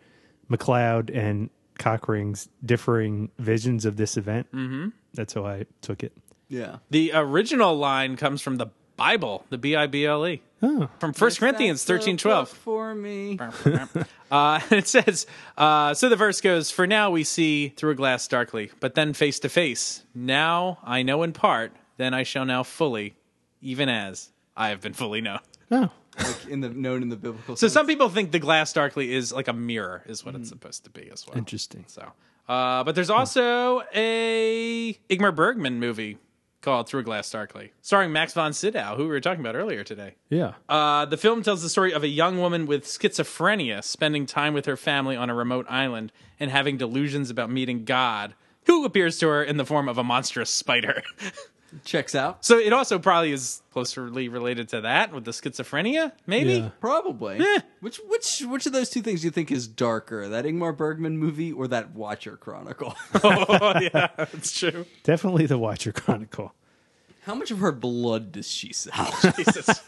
[SPEAKER 11] McLeod and Cochring's differing visions of this event. Mm-hmm. That's how I took it.
[SPEAKER 8] Yeah.
[SPEAKER 1] The original line comes from the Bible, the B I B L E.
[SPEAKER 11] Oh.
[SPEAKER 1] From 1 Corinthians
[SPEAKER 8] That's a
[SPEAKER 1] thirteen
[SPEAKER 8] book
[SPEAKER 1] twelve.
[SPEAKER 8] For me.
[SPEAKER 1] Uh, it says, uh, so the verse goes, For now we see through a glass darkly, but then face to face. Now I know in part, then I shall now fully, even as I have been fully known.
[SPEAKER 11] Oh.
[SPEAKER 8] Like in the known in the biblical
[SPEAKER 1] So
[SPEAKER 8] sense.
[SPEAKER 1] some people think the glass darkly is like a mirror, is what it's supposed to be as well.
[SPEAKER 11] Hmm. Interesting.
[SPEAKER 1] So, uh, but there's also a Igmar Bergman movie called Through a Glass Darkly, starring Max von Sydow, who we were talking about earlier today.
[SPEAKER 11] Yeah.
[SPEAKER 1] Uh, the film tells the story of a young woman with schizophrenia spending time with her family on a remote island and having delusions about meeting God, who appears to her in the form of a monstrous spider.
[SPEAKER 8] checks out.
[SPEAKER 1] so it also probably is closely related to that with the schizophrenia, maybe?
[SPEAKER 11] Yeah.
[SPEAKER 8] Probably.
[SPEAKER 1] Eh.
[SPEAKER 8] Which which which of those two things do you think is darker? That Ingmar Bergman movie or that Watcher Chronicle?
[SPEAKER 1] oh, yeah, that's true.
[SPEAKER 11] Definitely the Watcher Chronicle.
[SPEAKER 8] How much of her blood does she sell?
[SPEAKER 1] Jesus.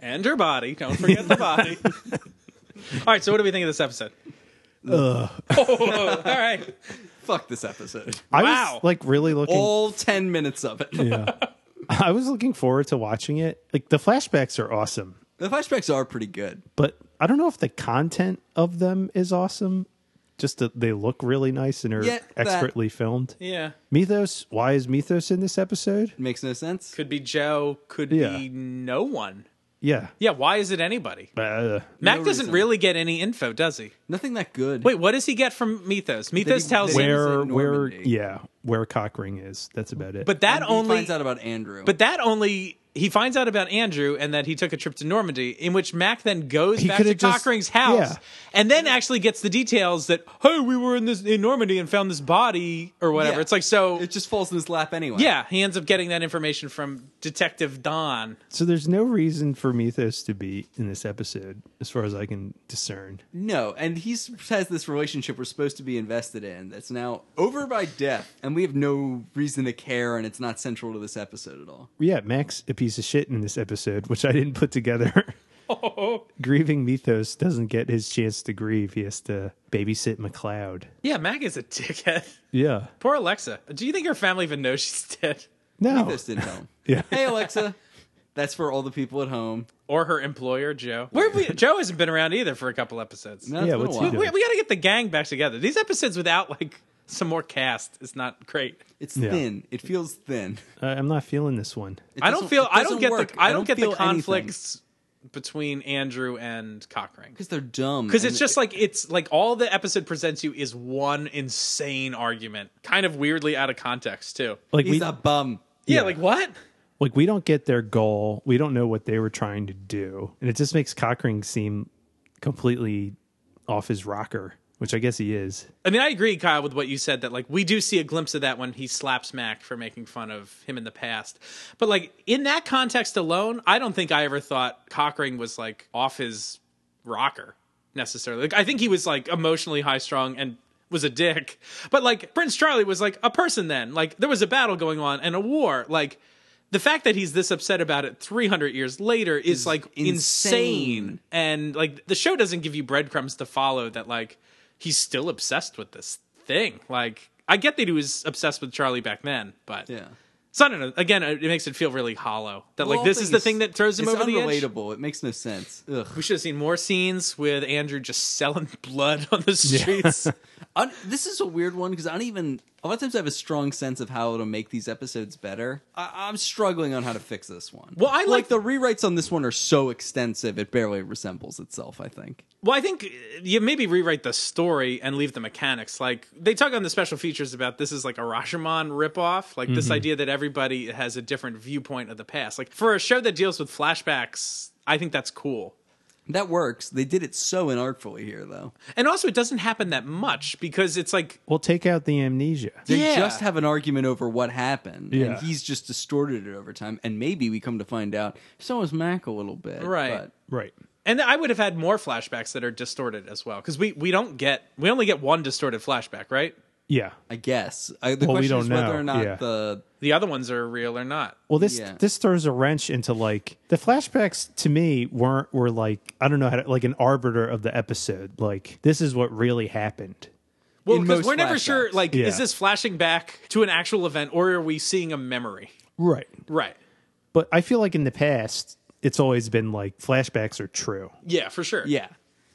[SPEAKER 1] And her body. Don't forget the body. All right, so what do we think of this episode? Oh, all right.
[SPEAKER 8] Fuck this episode.
[SPEAKER 11] I
[SPEAKER 1] Wow.
[SPEAKER 11] was like really looking
[SPEAKER 8] All 10 minutes of it.
[SPEAKER 11] I was looking forward to watching it. Like the flashbacks are awesome,
[SPEAKER 8] The flashbacks are pretty good.
[SPEAKER 11] but I don't know if the content of them is awesome. Just that they look really nice and are
[SPEAKER 8] Yeah, that-
[SPEAKER 11] expertly filmed.
[SPEAKER 1] Yeah.
[SPEAKER 11] Mythos, why is Mythos in this episode?
[SPEAKER 8] It makes no sense.
[SPEAKER 1] Could be Joe, could
[SPEAKER 11] Yeah.
[SPEAKER 1] be no one.
[SPEAKER 11] Yeah.
[SPEAKER 1] Yeah, why is it anybody?
[SPEAKER 11] Uh,
[SPEAKER 1] Mac
[SPEAKER 8] No
[SPEAKER 1] doesn't
[SPEAKER 8] reason.
[SPEAKER 1] really get any info, does he?
[SPEAKER 8] Nothing that good.
[SPEAKER 1] Wait, what does he get from Mythos? Mythos
[SPEAKER 8] he-
[SPEAKER 1] tells
[SPEAKER 8] that
[SPEAKER 1] him,
[SPEAKER 8] he-
[SPEAKER 11] where
[SPEAKER 8] in
[SPEAKER 11] where
[SPEAKER 8] Normandy.
[SPEAKER 11] yeah, where Cockring is. That's about it.
[SPEAKER 1] but that
[SPEAKER 8] He
[SPEAKER 1] only,
[SPEAKER 8] finds out about Andrew.
[SPEAKER 1] but that only. He finds out about Andrew and that he took a trip to Normandy, in which Mac then goes
[SPEAKER 11] He
[SPEAKER 1] back to
[SPEAKER 11] could've just-
[SPEAKER 1] Cochrane's house
[SPEAKER 11] yeah.
[SPEAKER 1] and then actually gets the details that hey, we were in this in Normandy and found this body or whatever.
[SPEAKER 8] Yeah.
[SPEAKER 1] It's like so,
[SPEAKER 8] it just falls in his lap anyway.
[SPEAKER 1] yeah. He ends up getting that information from Detective Don.
[SPEAKER 11] so there's no reason for Mythos to be in this episode, as far as I can discern.
[SPEAKER 8] No, and he's has this relationship we're supposed to be invested in that's now over by death, and we have no reason to care, and it's not central to this episode at all.
[SPEAKER 11] Yeah, Mac's a piece of shit in this episode, which I didn't put together. Grieving Mythos doesn't get his chance to grieve. He has to babysit McLeod.
[SPEAKER 1] Yeah, Mac is a dickhead.
[SPEAKER 11] Yeah.
[SPEAKER 1] Poor Alexa. Do you think her family even knows she's dead? Oh.
[SPEAKER 11] No.
[SPEAKER 8] This didn't tell him.
[SPEAKER 11] Yeah.
[SPEAKER 8] Hey Alexa, that's for all the people at home.
[SPEAKER 1] Or her employer, Joe. Where we, Joe hasn't been around either for a couple episodes.
[SPEAKER 8] No, it's
[SPEAKER 11] Yeah,
[SPEAKER 8] been a
[SPEAKER 11] what's he
[SPEAKER 8] while.
[SPEAKER 11] doing?
[SPEAKER 1] We, we got to get the gang back together. These episodes without like some more cast is not great.
[SPEAKER 8] It's
[SPEAKER 11] Yeah.
[SPEAKER 8] thin. It feels thin.
[SPEAKER 11] I- Uh, I'm not feeling this one.
[SPEAKER 8] It
[SPEAKER 1] I don't
[SPEAKER 8] doesn't-
[SPEAKER 1] feel.
[SPEAKER 8] it
[SPEAKER 1] I
[SPEAKER 8] doesn't
[SPEAKER 1] don't get
[SPEAKER 8] work.
[SPEAKER 1] the. I don't, get the
[SPEAKER 8] feel anything.
[SPEAKER 1] conflicts between Andrew and Cochrane.
[SPEAKER 8] because they're dumb.
[SPEAKER 1] Because
[SPEAKER 8] and
[SPEAKER 1] it's just like it's like all the episode presents you is one insane argument, kind of weirdly out of context too.
[SPEAKER 11] Like
[SPEAKER 8] he's
[SPEAKER 11] we,
[SPEAKER 8] a bum.
[SPEAKER 1] Yeah, like what?
[SPEAKER 11] like we don't get their goal. We don't know what they were trying to do, and it just makes Cochran seem completely off his rocker, which I guess he is.
[SPEAKER 1] I mean, I agree, Kyle, with what you said that like we do see a glimpse of that when he slaps Mac for making fun of him in the past. But like in that context alone, I don't think I ever thought Cochran was like off his rocker necessarily. Like I think he was like emotionally high strung and was a dick. But like Prince Charlie was like a person then. Like there was a battle going on and a war. Like the fact that he's this upset about it 300 years later is like
[SPEAKER 8] insane.
[SPEAKER 1] insane and like the show doesn't give you breadcrumbs to follow that like he's still obsessed with this thing like i get that he was obsessed with charlie back then but
[SPEAKER 8] Yeah.
[SPEAKER 1] so i don't know again it makes it feel really hollow that
[SPEAKER 8] Well,
[SPEAKER 1] like this is the thing
[SPEAKER 8] things-
[SPEAKER 1] that throws him
[SPEAKER 8] it's
[SPEAKER 1] over the edge
[SPEAKER 8] unrelatable. It makes no sense. Ugh.
[SPEAKER 1] we should have seen more scenes with andrew just selling blood on the streets
[SPEAKER 8] Un- this is a weird one because I don't even. A lot of times I have a strong sense of how to make these episodes better. I- I'm struggling on how to fix this one.
[SPEAKER 1] Well, I like-
[SPEAKER 8] the rewrites on this one are so extensive it barely resembles itself. I think.
[SPEAKER 1] Well, I think uh, you maybe rewrite the story and leave the mechanics. Like they talk on the special features about this is like a Rashomon ripoff, like this idea that everybody has a different viewpoint of the past. Like for a show that deals with flashbacks, I think that's cool.
[SPEAKER 8] That works. They did it so inartfully here, though.
[SPEAKER 1] And also, it doesn't happen that much because it's like
[SPEAKER 11] Well, take out the amnesia.
[SPEAKER 8] They
[SPEAKER 1] Yeah.
[SPEAKER 8] just have an argument over what happened, and
[SPEAKER 11] Yeah.
[SPEAKER 8] he's just distorted it over time. And maybe we come to find out so is Mac a little bit,
[SPEAKER 1] Right.
[SPEAKER 8] But
[SPEAKER 11] Right.
[SPEAKER 1] And I would have had more flashbacks that are distorted as well because we we don't get we only get one distorted flashback, right?
[SPEAKER 11] Yeah.
[SPEAKER 8] I guess I, the
[SPEAKER 11] Well, we
[SPEAKER 8] question is
[SPEAKER 11] don't
[SPEAKER 8] whether
[SPEAKER 11] know.
[SPEAKER 8] or not
[SPEAKER 11] Yeah.
[SPEAKER 8] the
[SPEAKER 1] The other ones are real or not.
[SPEAKER 11] Well, this
[SPEAKER 8] Yeah.
[SPEAKER 11] this throws a wrench into like the flashbacks to me weren't were like I don't know how to, like an arbiter of the episode. Like this is what really happened.
[SPEAKER 1] Well,
[SPEAKER 8] In
[SPEAKER 1] because
[SPEAKER 8] most
[SPEAKER 1] we're never sure.
[SPEAKER 8] flashbacks.
[SPEAKER 1] Like,
[SPEAKER 11] Yeah.
[SPEAKER 1] is this flashing back to an actual event or are we seeing a memory?
[SPEAKER 11] Right.
[SPEAKER 1] Right.
[SPEAKER 11] But I feel like in the past it's always been like flashbacks are true.
[SPEAKER 1] Yeah, for sure.
[SPEAKER 8] yeah.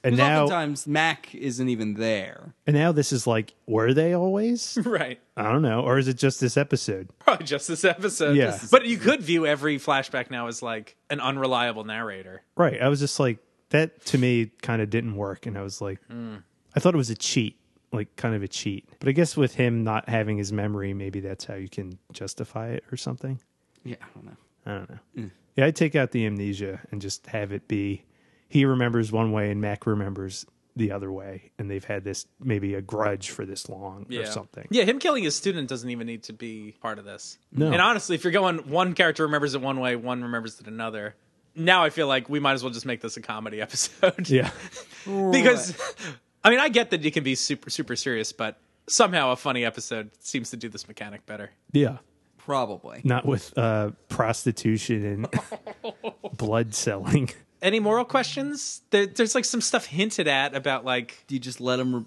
[SPEAKER 11] And
[SPEAKER 8] 'Cause
[SPEAKER 11] now
[SPEAKER 8] oftentimes Mac isn't even there.
[SPEAKER 11] and now this is like were they always?
[SPEAKER 1] Right.
[SPEAKER 11] I don't know, or is it just this episode?
[SPEAKER 1] Probably just this episode.
[SPEAKER 11] Yeah. Just this
[SPEAKER 1] But you could view every flashback now as like an unreliable narrator.
[SPEAKER 11] Right. I was just like that to me kind of didn't work and I was like
[SPEAKER 1] Hmm.
[SPEAKER 11] I thought it was a cheat, like kind of a cheat. But I guess with him not having his memory, maybe that's how you can justify it or something.
[SPEAKER 8] Yeah, I don't know.
[SPEAKER 11] I don't know.
[SPEAKER 1] Mm.
[SPEAKER 11] Yeah, I'd take out the amnesia and just have it be he remembers one way and Mac remembers the other way, and they've had this maybe a grudge for this long or something.
[SPEAKER 1] Yeah, him killing his student doesn't even need to be part of this.
[SPEAKER 11] No.
[SPEAKER 1] And honestly, if you're going one character remembers it one way, one remembers it another. Now I feel like we might as well just make this a comedy episode.
[SPEAKER 11] Yeah.
[SPEAKER 1] because I mean, I get that it can be super super serious, but somehow a funny episode seems to do this mechanic better.
[SPEAKER 11] Yeah.
[SPEAKER 8] Probably.
[SPEAKER 11] Not with uh, prostitution and blood selling.
[SPEAKER 1] Any moral questions? There, there's like some stuff hinted at about like
[SPEAKER 8] Do you just let him re-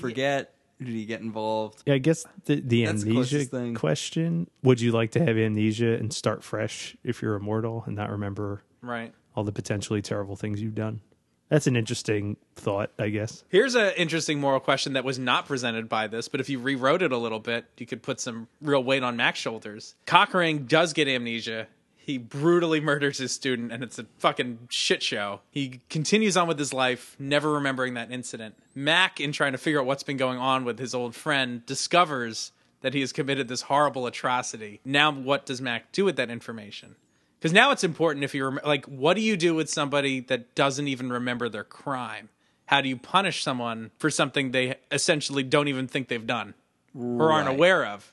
[SPEAKER 8] forget? Do you get involved?
[SPEAKER 11] Yeah, I guess the, the
[SPEAKER 8] That's the
[SPEAKER 11] amnesia
[SPEAKER 8] closest thing.
[SPEAKER 11] question would you like to have amnesia and start fresh if you're immortal and not remember
[SPEAKER 1] right.
[SPEAKER 11] all the potentially terrible things you've done? That's an interesting thought, I guess.
[SPEAKER 1] Here's an interesting moral question that was not presented by this, but if you rewrote it a little bit, you could put some real weight on Mac's shoulders. Cochran does get amnesia. He brutally murders his student, and it's a fucking shit show. He continues on with his life, never remembering that incident. Mac, in trying to figure out what's been going on with his old friend, discovers that he has committed this horrible atrocity. Now, what does Mac do with that information? Because now it's important if you rem- like, what do you do with somebody that doesn't even remember their crime? How do you punish someone for something they essentially don't even think they've done or aren't aware of?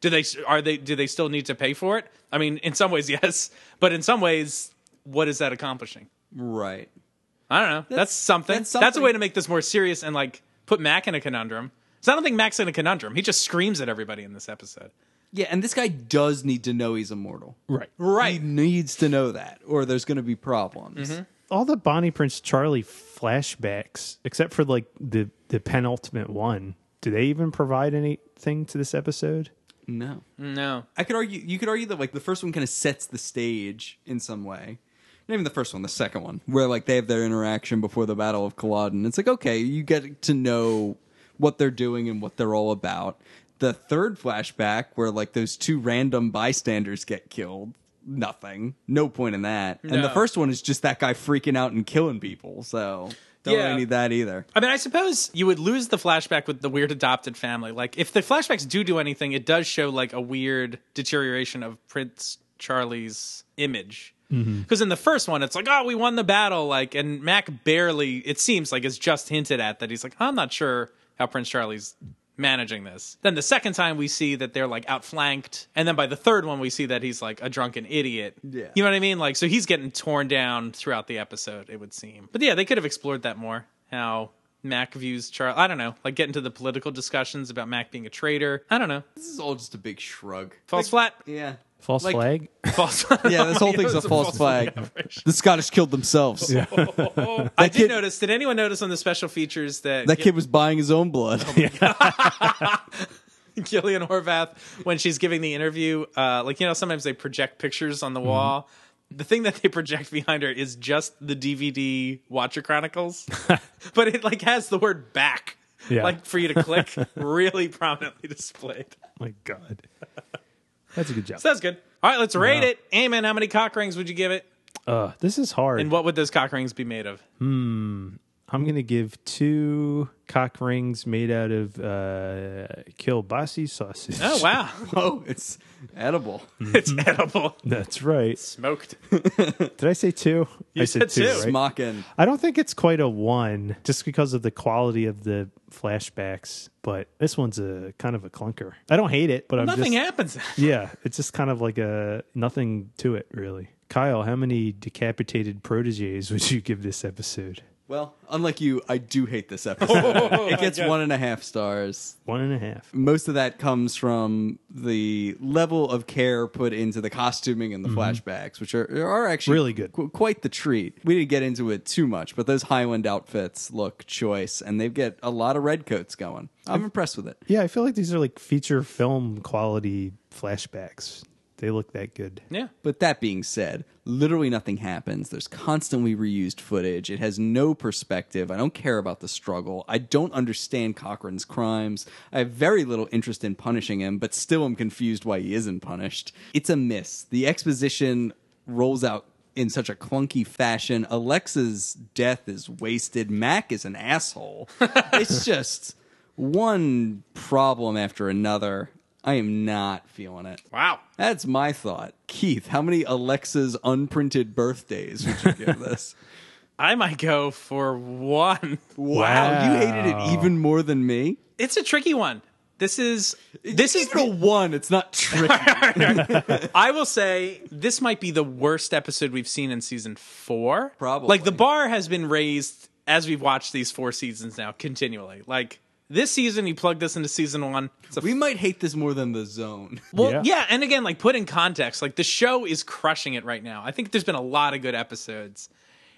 [SPEAKER 1] Do they are they do they still need to pay for it? I mean, in some ways, yes, but in some ways, what is that accomplishing?
[SPEAKER 8] Right.
[SPEAKER 1] I don't know. That's,
[SPEAKER 8] That's-
[SPEAKER 1] something.
[SPEAKER 8] that's
[SPEAKER 1] that's a
[SPEAKER 8] something.
[SPEAKER 1] way to make this more serious and like put Mac in a conundrum. So I don't think Mac's in a conundrum. He just screams at everybody in this episode.
[SPEAKER 8] Yeah, and this guy does need to know he's immortal.
[SPEAKER 11] Right.
[SPEAKER 8] Right. He needs to know that, or there's going to be problems.
[SPEAKER 11] all the Bonnie Prince Charlie flashbacks, except for like the the penultimate one, do they even provide anything to this episode?
[SPEAKER 8] No.
[SPEAKER 1] No.
[SPEAKER 8] I could argue you could argue that like the first one kind of sets the stage in some way. Not even the first one, the second one, where like they have their interaction before the Battle of Culloden. It's like okay, you get to know what they're doing and what they're all about. The third flashback where like those two random bystanders get killed, nothing. No point in that. And
[SPEAKER 1] No.
[SPEAKER 8] the first one is just that guy freaking out and killing people. So don't
[SPEAKER 1] Yeah.
[SPEAKER 8] really need that either.
[SPEAKER 1] I mean, I suppose you would lose the flashback with the weird adopted family. Like, if the flashbacks do do anything, it does show like a weird deterioration of Prince Charlie's image. Because in the first one, it's like, oh, we won the battle. Like, and Mac barely, it seems like it's just hinted at that he's like, I'm not sure how Prince Charlie's managing this. Then the second time, we see that they're like outflanked. And then by the third one, we see that he's like a drunken idiot.
[SPEAKER 8] Yeah.
[SPEAKER 1] You know what I mean? Like, so he's getting torn down throughout the episode, it would seem. But yeah, they could have explored that more. How. Mac views Charlie. I don't know, like get into the political discussions about Mac being a traitor. I don't know.
[SPEAKER 8] This is all just a big shrug.
[SPEAKER 1] False flat.
[SPEAKER 8] Yeah.
[SPEAKER 11] False
[SPEAKER 8] Like-
[SPEAKER 11] flag.
[SPEAKER 1] False.
[SPEAKER 8] Yeah, this whole thing's a
[SPEAKER 1] It's
[SPEAKER 8] false flag.
[SPEAKER 1] operation.
[SPEAKER 8] The Scottish killed themselves.
[SPEAKER 1] I
[SPEAKER 8] kid-
[SPEAKER 1] did notice. Did anyone notice on the special features that,
[SPEAKER 8] That kid was buying his own blood.
[SPEAKER 1] Gillian Horvath, when she's giving the interview, uh, like you know, sometimes they project pictures on the wall. The thing that they project behind her is just the DVD Watcher Chronicles, but it like has the word back,
[SPEAKER 11] Yeah.
[SPEAKER 1] like for you to click, really prominently displayed.
[SPEAKER 11] My God, that's a good job.
[SPEAKER 1] So that's good. All right, let's rate
[SPEAKER 11] Wow.
[SPEAKER 1] it. Amen. How many cock rings would you give it?
[SPEAKER 11] Uh, this is hard.
[SPEAKER 1] And what would those cock rings be made of?
[SPEAKER 11] Hmm. I'm gonna give two cock rings made out of uh, kielbasi sausage.
[SPEAKER 1] Oh wow,
[SPEAKER 8] Whoa, it's edible.
[SPEAKER 1] it's edible,
[SPEAKER 11] that's right.
[SPEAKER 1] smoked.
[SPEAKER 11] Did I say two?
[SPEAKER 1] You
[SPEAKER 11] I
[SPEAKER 1] said two.
[SPEAKER 11] right?
[SPEAKER 8] Smocking.
[SPEAKER 11] I don't think it's quite a one, just because of the quality of the flashbacks. But this one's a kind of a clunker. I don't hate it, but I'm
[SPEAKER 1] Nothing
[SPEAKER 11] just
[SPEAKER 1] happens.
[SPEAKER 11] yeah. It's just kind of like a nothing to it really. Kyle, how many decapitated proteges would you give this episode?
[SPEAKER 8] Well, unlike you, I do hate this episode. it gets one and a half stars.
[SPEAKER 11] One and a half.
[SPEAKER 8] Most of that comes from the level of care put into the costuming and the flashbacks, which are, are actually
[SPEAKER 11] Really good.
[SPEAKER 8] qu- quite the treat. We didn't get into it too much, but those Highland outfits look choice, and they get a lot of red coats going. I'm impressed with it.
[SPEAKER 11] Yeah, I feel like these are like feature film quality flashbacks. They look that good.
[SPEAKER 1] Yeah.
[SPEAKER 8] But that being said, literally nothing happens. There's constantly reused footage. It has no perspective. I don't care about the struggle. I don't understand Cochrane's crimes. I have very little interest in punishing him, but still I'm confused why he isn't punished. It's a miss. The exposition rolls out in such a clunky fashion. Alexa's death is wasted. Mac is an asshole. it's just one problem after another. I am not feeling it.
[SPEAKER 1] Wow.
[SPEAKER 8] That's my thought. Keith, how many Alexa's unprinted birthdays would you give this?
[SPEAKER 1] I might go for one.
[SPEAKER 8] wow, you hated it even more than me.
[SPEAKER 1] It's a tricky one. This is this is
[SPEAKER 8] even a one. It's not tricky.
[SPEAKER 1] I will say this might be the worst episode we've seen in season 4.
[SPEAKER 8] Probably.
[SPEAKER 1] Like the bar has been raised as we've watched these 4 seasons now continually. Like this season you plug this into season 1. It's a
[SPEAKER 8] we might hate this more than the zone.
[SPEAKER 1] Well, yeah.
[SPEAKER 11] Yeah.
[SPEAKER 1] and again, like put in context, like the show is crushing it right now. I think there's been a lot of good episodes.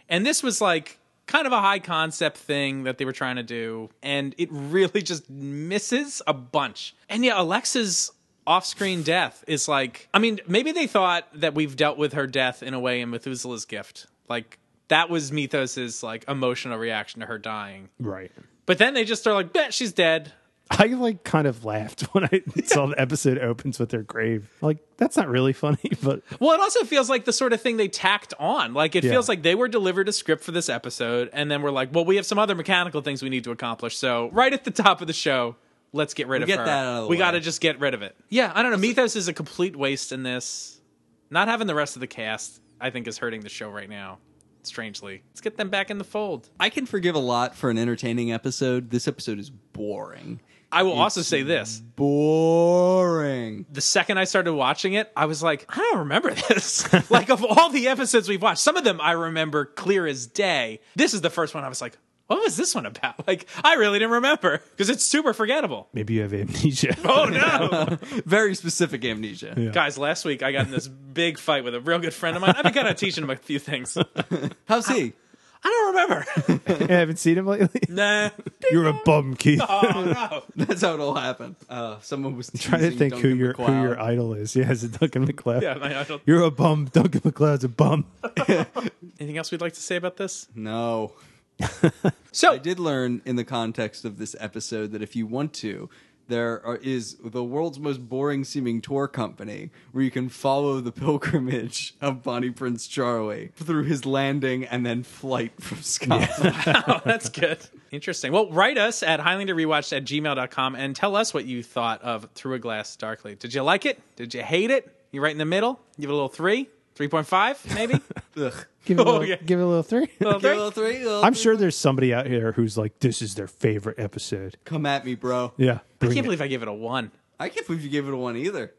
[SPEAKER 1] And this was like kind of a high concept thing that they were trying to do, and it really just misses a bunch. And yeah, Alexa's off-screen death is like I mean, maybe they thought that we've dealt with her death in a way in Methuselah's gift. Like that was Mythos's like emotional reaction to her dying.
[SPEAKER 11] Right.
[SPEAKER 1] But then they just are like, bet she's dead.
[SPEAKER 11] I like kind of laughed when I saw the episode opens with their grave. Like that's not really funny, but
[SPEAKER 1] Well, it also feels like the sort of thing they tacked on. Like it
[SPEAKER 11] Yeah.
[SPEAKER 1] feels like they were delivered a script for this episode, and then we're like, well, we have some other mechanical things we need to accomplish. So right at the top of the show, let's get rid of
[SPEAKER 8] get
[SPEAKER 1] her.
[SPEAKER 8] that out of the
[SPEAKER 1] we
[SPEAKER 8] way.
[SPEAKER 1] got to just get rid of it. Yeah, I don't know. Mythos is a complete waste in this. Not having the rest of the cast, I think, is hurting the show right now. Strangely, let's get them back in the fold.
[SPEAKER 8] I can forgive a lot for an entertaining episode. This episode is boring.
[SPEAKER 1] I will also say this:
[SPEAKER 8] Boring.
[SPEAKER 1] the second I started watching it, I was like, I don't remember this. like of all the episodes we've watched, some of them I remember clear as day. This is the first one I was like, what was this one about? Like I really didn't remember because it's super forgettable.
[SPEAKER 11] maybe you have amnesia.
[SPEAKER 1] Oh no.
[SPEAKER 8] Very specific amnesia.
[SPEAKER 1] Guys, last week I got in this big fight with a real good friend of mine. I've been kind of teaching him a few things.
[SPEAKER 8] How's he?
[SPEAKER 1] I don't remember.
[SPEAKER 11] I haven't seen him lately.
[SPEAKER 1] Nah.
[SPEAKER 11] You're a bum, Keith.
[SPEAKER 1] Oh,
[SPEAKER 8] no. That's how it'll happen. Uh, someone was
[SPEAKER 11] Try to
[SPEAKER 8] teasing
[SPEAKER 11] think who
[SPEAKER 8] Duncan
[SPEAKER 11] your who
[SPEAKER 8] MacLeod.
[SPEAKER 11] your idol is. Yeah, is it Duncan McLeod?
[SPEAKER 1] Yeah, my idol.
[SPEAKER 11] You're a bum. Duncan McLeod's a bum.
[SPEAKER 1] Anything else we'd like to say about this?
[SPEAKER 8] No. so I did learn in the context of this episode that if you want to, there are, is the world's most boring seeming tour company where you can follow the pilgrimage of Bonnie Prince Charlie through his landing and then flight from Scotland.
[SPEAKER 1] Oh, that's good. Interesting. Well, write us at highlanderrewatched at gmail.com and tell us what you thought of Through a Glass Darkly. Did you like it? Did you hate it? You right in the middle? Give it a little three? 3.5, maybe?
[SPEAKER 8] Ugh.
[SPEAKER 11] Give it a
[SPEAKER 1] Oh,
[SPEAKER 11] little,
[SPEAKER 1] yeah. Oh,
[SPEAKER 11] give it a little three.
[SPEAKER 1] Little
[SPEAKER 8] Give it a
[SPEAKER 1] three?
[SPEAKER 8] little three, little
[SPEAKER 11] I'm
[SPEAKER 8] three.
[SPEAKER 11] sure there's somebody out here who's like, this is their favorite episode.
[SPEAKER 8] Come at me, bro.
[SPEAKER 11] Yeah,
[SPEAKER 1] I
[SPEAKER 11] bring
[SPEAKER 1] can't
[SPEAKER 11] it.
[SPEAKER 1] believe I gave it a one.
[SPEAKER 8] I can't believe you gave it a one either.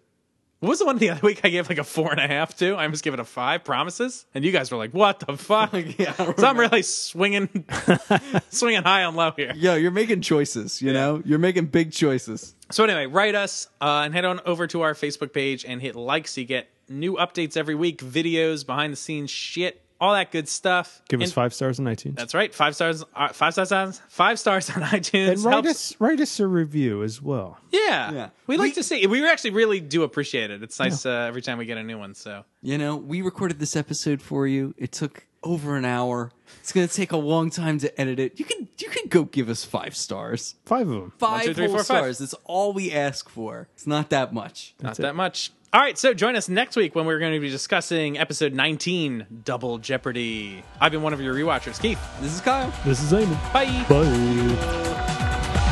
[SPEAKER 1] What was the one the other week I gave like a four and a half to? I almost gave it a five, promises. And you guys were like, what the fuck? So
[SPEAKER 8] Yeah, I
[SPEAKER 1] I'm
[SPEAKER 8] remember.
[SPEAKER 1] really swinging, swinging high and low here.
[SPEAKER 8] Yo, you're making choices, you know? You're making big choices.
[SPEAKER 1] So anyway, write us uh, and head on over to our Facebook page and hit like so you get new updates every week, videos, behind the scenes shit, all that good stuff.
[SPEAKER 11] Give us
[SPEAKER 1] And-
[SPEAKER 11] five stars on iTunes.
[SPEAKER 1] That's right, five stars, uh, five stars on five stars on iTunes.
[SPEAKER 11] and write
[SPEAKER 1] Helps-
[SPEAKER 11] us, write us a review as well.
[SPEAKER 1] yeah.
[SPEAKER 8] Yeah.
[SPEAKER 1] we like
[SPEAKER 8] We-
[SPEAKER 1] to see. We actually really do appreciate it. It's nice uh, every time we get a new one. So
[SPEAKER 8] You know, we recorded this episode for you. It took over an hour. It's gonna take a long time to edit it. You can you can go give us five stars.
[SPEAKER 11] Five of them.
[SPEAKER 8] Five
[SPEAKER 1] two, three,
[SPEAKER 8] whole
[SPEAKER 1] four, five.
[SPEAKER 8] stars. That's all we ask for. It's not that much.
[SPEAKER 1] not that much. All right, so join us next week when we're going to be discussing episode 19, Double Jeopardy. I've been one of your rewatchers, Keith.
[SPEAKER 8] This is Kyle.
[SPEAKER 11] This is Eamon.
[SPEAKER 1] Bye.
[SPEAKER 11] Bye.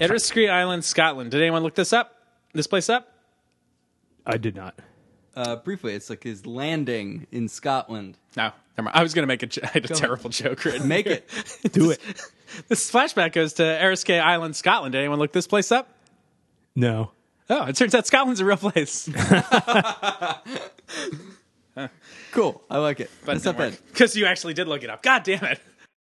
[SPEAKER 1] Edrescree Island, Scotland. Did anyone look this up? This place up?
[SPEAKER 11] I did not.
[SPEAKER 8] Uh, briefly, it's like his landing in Scotland.
[SPEAKER 1] No, never mind. I was going to make a, j- I had a
[SPEAKER 8] ahead.
[SPEAKER 1] terrible joke. Written.
[SPEAKER 8] Make it.
[SPEAKER 11] Do it.
[SPEAKER 1] This flashback goes to Eriskay Island, Scotland. Did anyone look this place up?
[SPEAKER 11] No.
[SPEAKER 1] Oh, it turns out Scotland's a real place.
[SPEAKER 8] Cool. I like it. That's not bad.
[SPEAKER 1] Because you actually did look it up. God damn it.